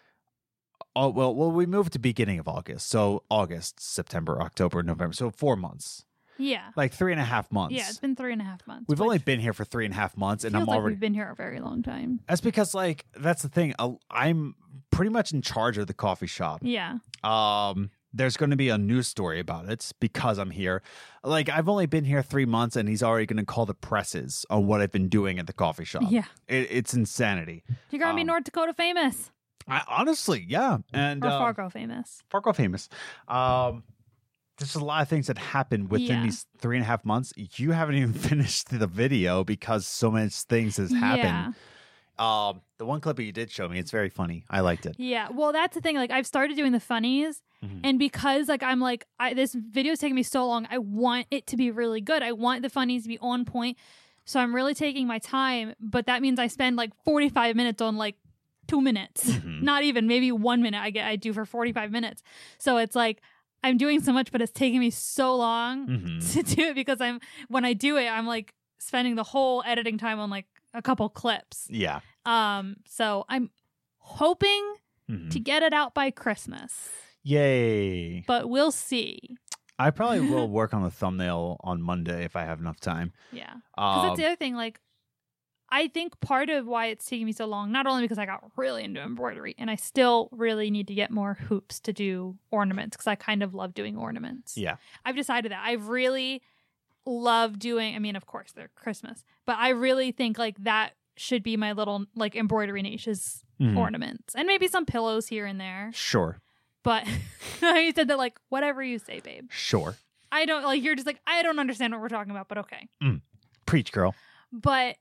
Speaker 1: oh well, well, we moved to beginning of August, so August, September, October, November. So four months,
Speaker 2: yeah.
Speaker 1: like three and a half months.
Speaker 2: Yeah. It's been three and a half months.
Speaker 1: We've
Speaker 2: which
Speaker 1: only been here for three and a half months, and
Speaker 2: feels
Speaker 1: I'm
Speaker 2: like
Speaker 1: already
Speaker 2: we've been here a very long time.
Speaker 1: That's because like that's the thing. I- I'm pretty much in charge of the coffee shop.
Speaker 2: Yeah.
Speaker 1: Um there's going to be a news story about it because I'm here. Like I've only been here 3 months and he's already going to call the presses on what I've been doing at the coffee shop.
Speaker 2: Yeah.
Speaker 1: It, it's insanity.
Speaker 2: You're gonna be
Speaker 1: Um,
Speaker 2: North Dakota famous
Speaker 1: I honestly, yeah. And
Speaker 2: or
Speaker 1: um,
Speaker 2: Fargo famous.
Speaker 1: Fargo famous. Um there's a lot of things that happen within
Speaker 2: Yeah.
Speaker 1: these three and a half months. You haven't even (laughs) finished the video because so much things has happened. Um, the one clip that you did show me, it's very funny. I liked it.
Speaker 2: Yeah. Yeah. Well, that's the thing. Like, I've started doing the funnies,
Speaker 1: Mhm.
Speaker 2: and because like I'm like I, this video's taking me so long, I want it to be really good. I want the funnies to be on point. So I'm really taking my time, but that means I spend like 45 minutes on like two minutes.
Speaker 1: Mhm.
Speaker 2: (laughs) not even maybe one minute i get i do for 45 minutes so it's like i'm doing so much but it's taking me so long
Speaker 1: Mhm.
Speaker 2: to do it because i'm when i do it i'm like spending the whole editing time on like a couple clips
Speaker 1: Yeah.
Speaker 2: um so i'm hoping
Speaker 1: Mhm.
Speaker 2: to get it out by christmas
Speaker 1: Yay.
Speaker 2: but we'll see
Speaker 1: I probably
Speaker 2: (laughs)
Speaker 1: will work on the thumbnail on Monday if I have enough time.
Speaker 2: yeah because
Speaker 1: Um,
Speaker 2: that's the other thing like i think part of why it's taking me so long not only because i got really into embroidery and i still really need to get more hoops to do ornaments because i kind of love doing ornaments
Speaker 1: Yeah.
Speaker 2: I've decided that. I really love doing, I mean, of course, they're Christmas, but I really think like that should be my little like embroidery niche is
Speaker 1: Mhm.
Speaker 2: ornaments and maybe some pillows here and there.
Speaker 1: mm-hmm. Sure.
Speaker 2: But (laughs) you said that like, whatever you say, babe.
Speaker 1: Sure.
Speaker 2: I don't like, you're just like, I don't understand what we're talking about, but okay.
Speaker 1: Preach, girl.
Speaker 2: But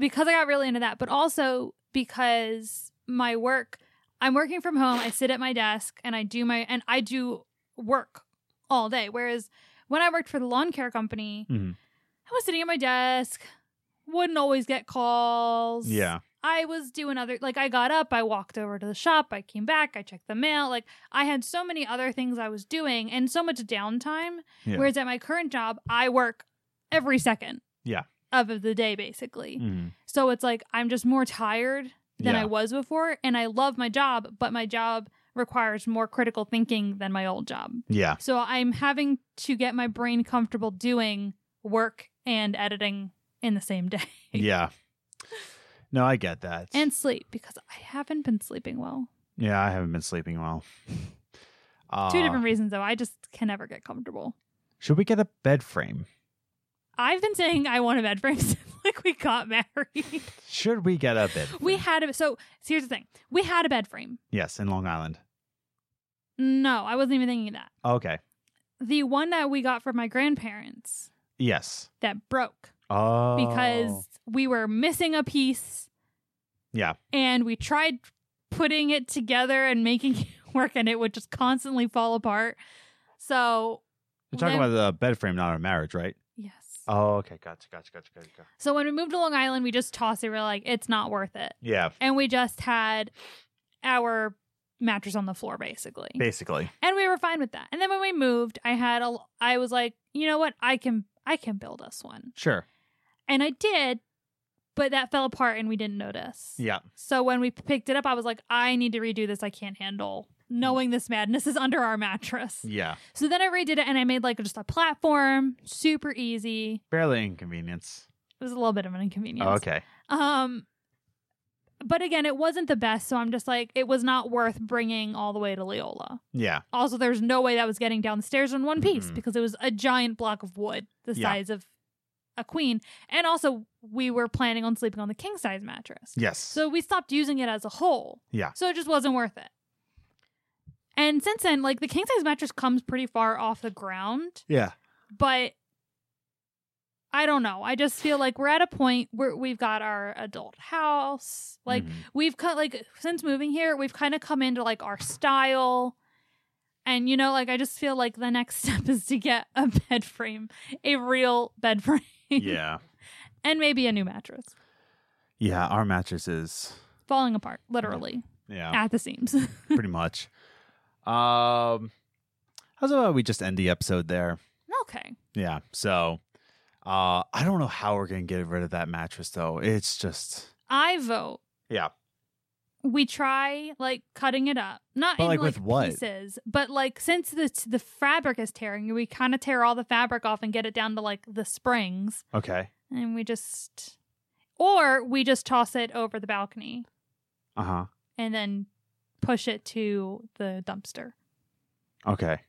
Speaker 2: because I got really into that, but also because my work, I'm working from home, I sit at my desk and I do my, and I do work all day. Whereas when I worked for the lawn care company,
Speaker 1: Mhm.
Speaker 2: I was sitting at my desk, wouldn't always get calls.
Speaker 1: Yeah.
Speaker 2: I was doing other, like, I got up, I walked over to the shop, I came back, I checked the mail. Like, I had so many other things I was doing and so much downtime.
Speaker 1: Yeah.
Speaker 2: Whereas at my current job, I work every second
Speaker 1: Yeah.
Speaker 2: of the day, basically.
Speaker 1: Mhm.
Speaker 2: So it's like I'm just more tired than
Speaker 1: yeah.
Speaker 2: I was before. And I love my job, but my job requires more critical thinking than my old job. (laughs)
Speaker 1: yeah.
Speaker 2: So I'm having to get my brain comfortable doing work and editing in the same day (laughs)
Speaker 1: Yeah. No, I get that.
Speaker 2: and sleep because I haven't been sleeping well.
Speaker 1: yeah, I haven't been sleeping
Speaker 2: (laughs)
Speaker 1: well. Uh,
Speaker 2: Two different reasons though. I just can never get comfortable.
Speaker 1: Should we get a bed frame?
Speaker 2: I've been saying I want a bed frame (laughs) since like we got married.
Speaker 1: Should we get a bed? frame?
Speaker 2: we had a so here's the thing. We had a bed frame.
Speaker 1: yes, in Long Island.
Speaker 2: No, I wasn't even thinking of that.
Speaker 1: Okay.
Speaker 2: The one that we got from my grandparents
Speaker 1: Yes.
Speaker 2: that broke
Speaker 1: Oh.
Speaker 2: because we were missing a piece.
Speaker 1: Yeah.
Speaker 2: And we tried putting it together and making (laughs) it work and it would just constantly fall apart. So
Speaker 1: you're talking
Speaker 2: then-
Speaker 1: about the bed frame, not our marriage, right?
Speaker 2: Yes.
Speaker 1: Oh, okay. Gotcha. Gotcha. Gotcha. Gotcha. gotcha.
Speaker 2: So when we moved to Long Island, we just tossed it. We were like, it's not worth it.
Speaker 1: Yeah.
Speaker 2: And we just had our mattress on the floor, basically.
Speaker 1: Basically.
Speaker 2: and we were fine with that. And then when we moved, I had a, I was like, you know what, I can, I can build us one,
Speaker 1: Sure.
Speaker 2: and I did, but that fell apart and we didn't notice.
Speaker 1: Yeah.
Speaker 2: So when we picked it up, I was like, I need to redo this. I can't handle knowing this madness is (laughs) under our mattress.
Speaker 1: Yeah.
Speaker 2: So then I redid it and I made like just a platform, super easy.
Speaker 1: Barely inconvenience.
Speaker 2: It was a little bit of an inconvenience.
Speaker 1: Oh, okay.
Speaker 2: Um, but again, it wasn't the best, so I'm just like, it was not worth bringing all the way to Leola.
Speaker 1: Yeah.
Speaker 2: Also, there's no way that was getting down the stairs in one piece
Speaker 1: Mhm.
Speaker 2: because it was a giant block of wood the
Speaker 1: Yeah.
Speaker 2: size of a queen. And also, we were planning on sleeping on the king size mattress.
Speaker 1: Yes.
Speaker 2: So we stopped using it as a whole.
Speaker 1: Yeah.
Speaker 2: So it just wasn't worth it. And since then, like the king size mattress comes pretty far off the ground,
Speaker 1: yeah.
Speaker 2: but I don't know. I just feel like we're at a point where we've got our adult house. Like (laughs)
Speaker 1: Mhm.
Speaker 2: we've cut like since moving here we've kind of come into like our style and you know like i just feel like the next (laughs) step is to get a bed frame a real bed frame
Speaker 1: yeah.
Speaker 2: (laughs) and maybe a new mattress
Speaker 1: Yeah. Our mattresses.
Speaker 2: falling apart literally
Speaker 1: Yeah.
Speaker 2: at the seams (laughs)
Speaker 1: pretty much. Um, how's about we just end the episode there?
Speaker 2: okay
Speaker 1: Yeah. So, uh, I don't know how we're gonna get rid of that mattress though. It's just
Speaker 2: i vote
Speaker 1: yeah,
Speaker 2: we try like cutting it up not
Speaker 1: But,
Speaker 2: in,
Speaker 1: like,
Speaker 2: like
Speaker 1: with what?
Speaker 2: pieces but like since the the fabric is tearing we kind of tear all the fabric off and get it down to like the springs
Speaker 1: okay,
Speaker 2: and we just or we just toss it over the balcony
Speaker 1: uh huh,
Speaker 2: and then push it to the dumpster
Speaker 1: okay.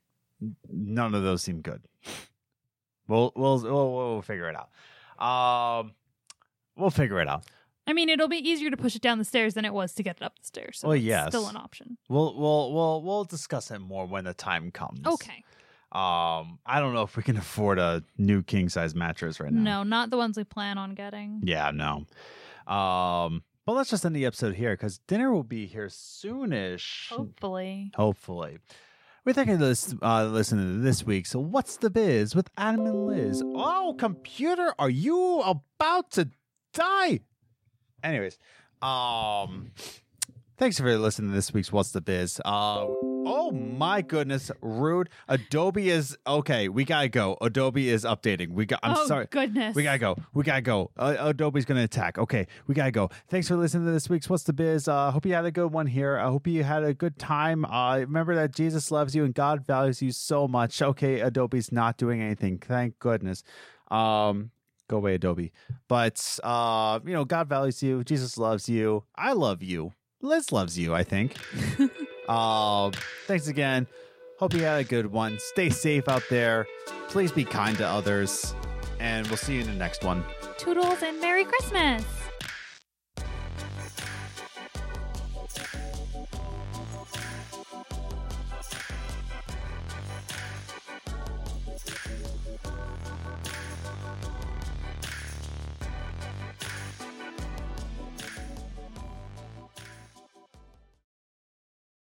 Speaker 1: N- None of those seem good. (laughs) we'll, we'll we'll we'll figure it out. Um, we'll figure it out.
Speaker 2: i mean it'll be easier to push it down the stairs than it was to get it up the stairs so
Speaker 1: Well,
Speaker 2: it's
Speaker 1: yes.
Speaker 2: still an option
Speaker 1: We'll we'll we'll we'll discuss it more when the time comes.
Speaker 2: okay
Speaker 1: Um, I don't know if we can (laughs) afford a new king size mattress right now.
Speaker 2: no not the ones we plan on getting
Speaker 1: Yeah, no. Um, but let's just end the episode here because dinner will be here soonish.
Speaker 2: hopefully
Speaker 1: Hopefully. We're thanking this uh listening to this week. So what's the biz with Adam and Liz? Oh, computer, are you about to die? Anyways, um thanks for listening to this week's What's the Biz. Uh oh my goodness, rude. Adobe is okay, we gotta go. Adobe is updating. We got I'm
Speaker 2: oh
Speaker 1: sorry.
Speaker 2: goodness
Speaker 1: We gotta go. We gotta go. Uh, Adobe's gonna attack. Okay, we gotta go. Thanks for listening to this week's What's the Biz. uh, hope you had a good one here. I hope you had a good time. Uh, remember that Jesus loves you and God values you so much. Okay, Adobe's not doing anything. Thank goodness. Um, go away, Adobe. But uh, you know, God values you. Jesus loves you. I love you. Liz loves you. I think. uh, thanks again. Hope you had a good one. Stay safe out there. Please be kind to others and we'll see you in the next one.
Speaker 2: toodles and merry christmas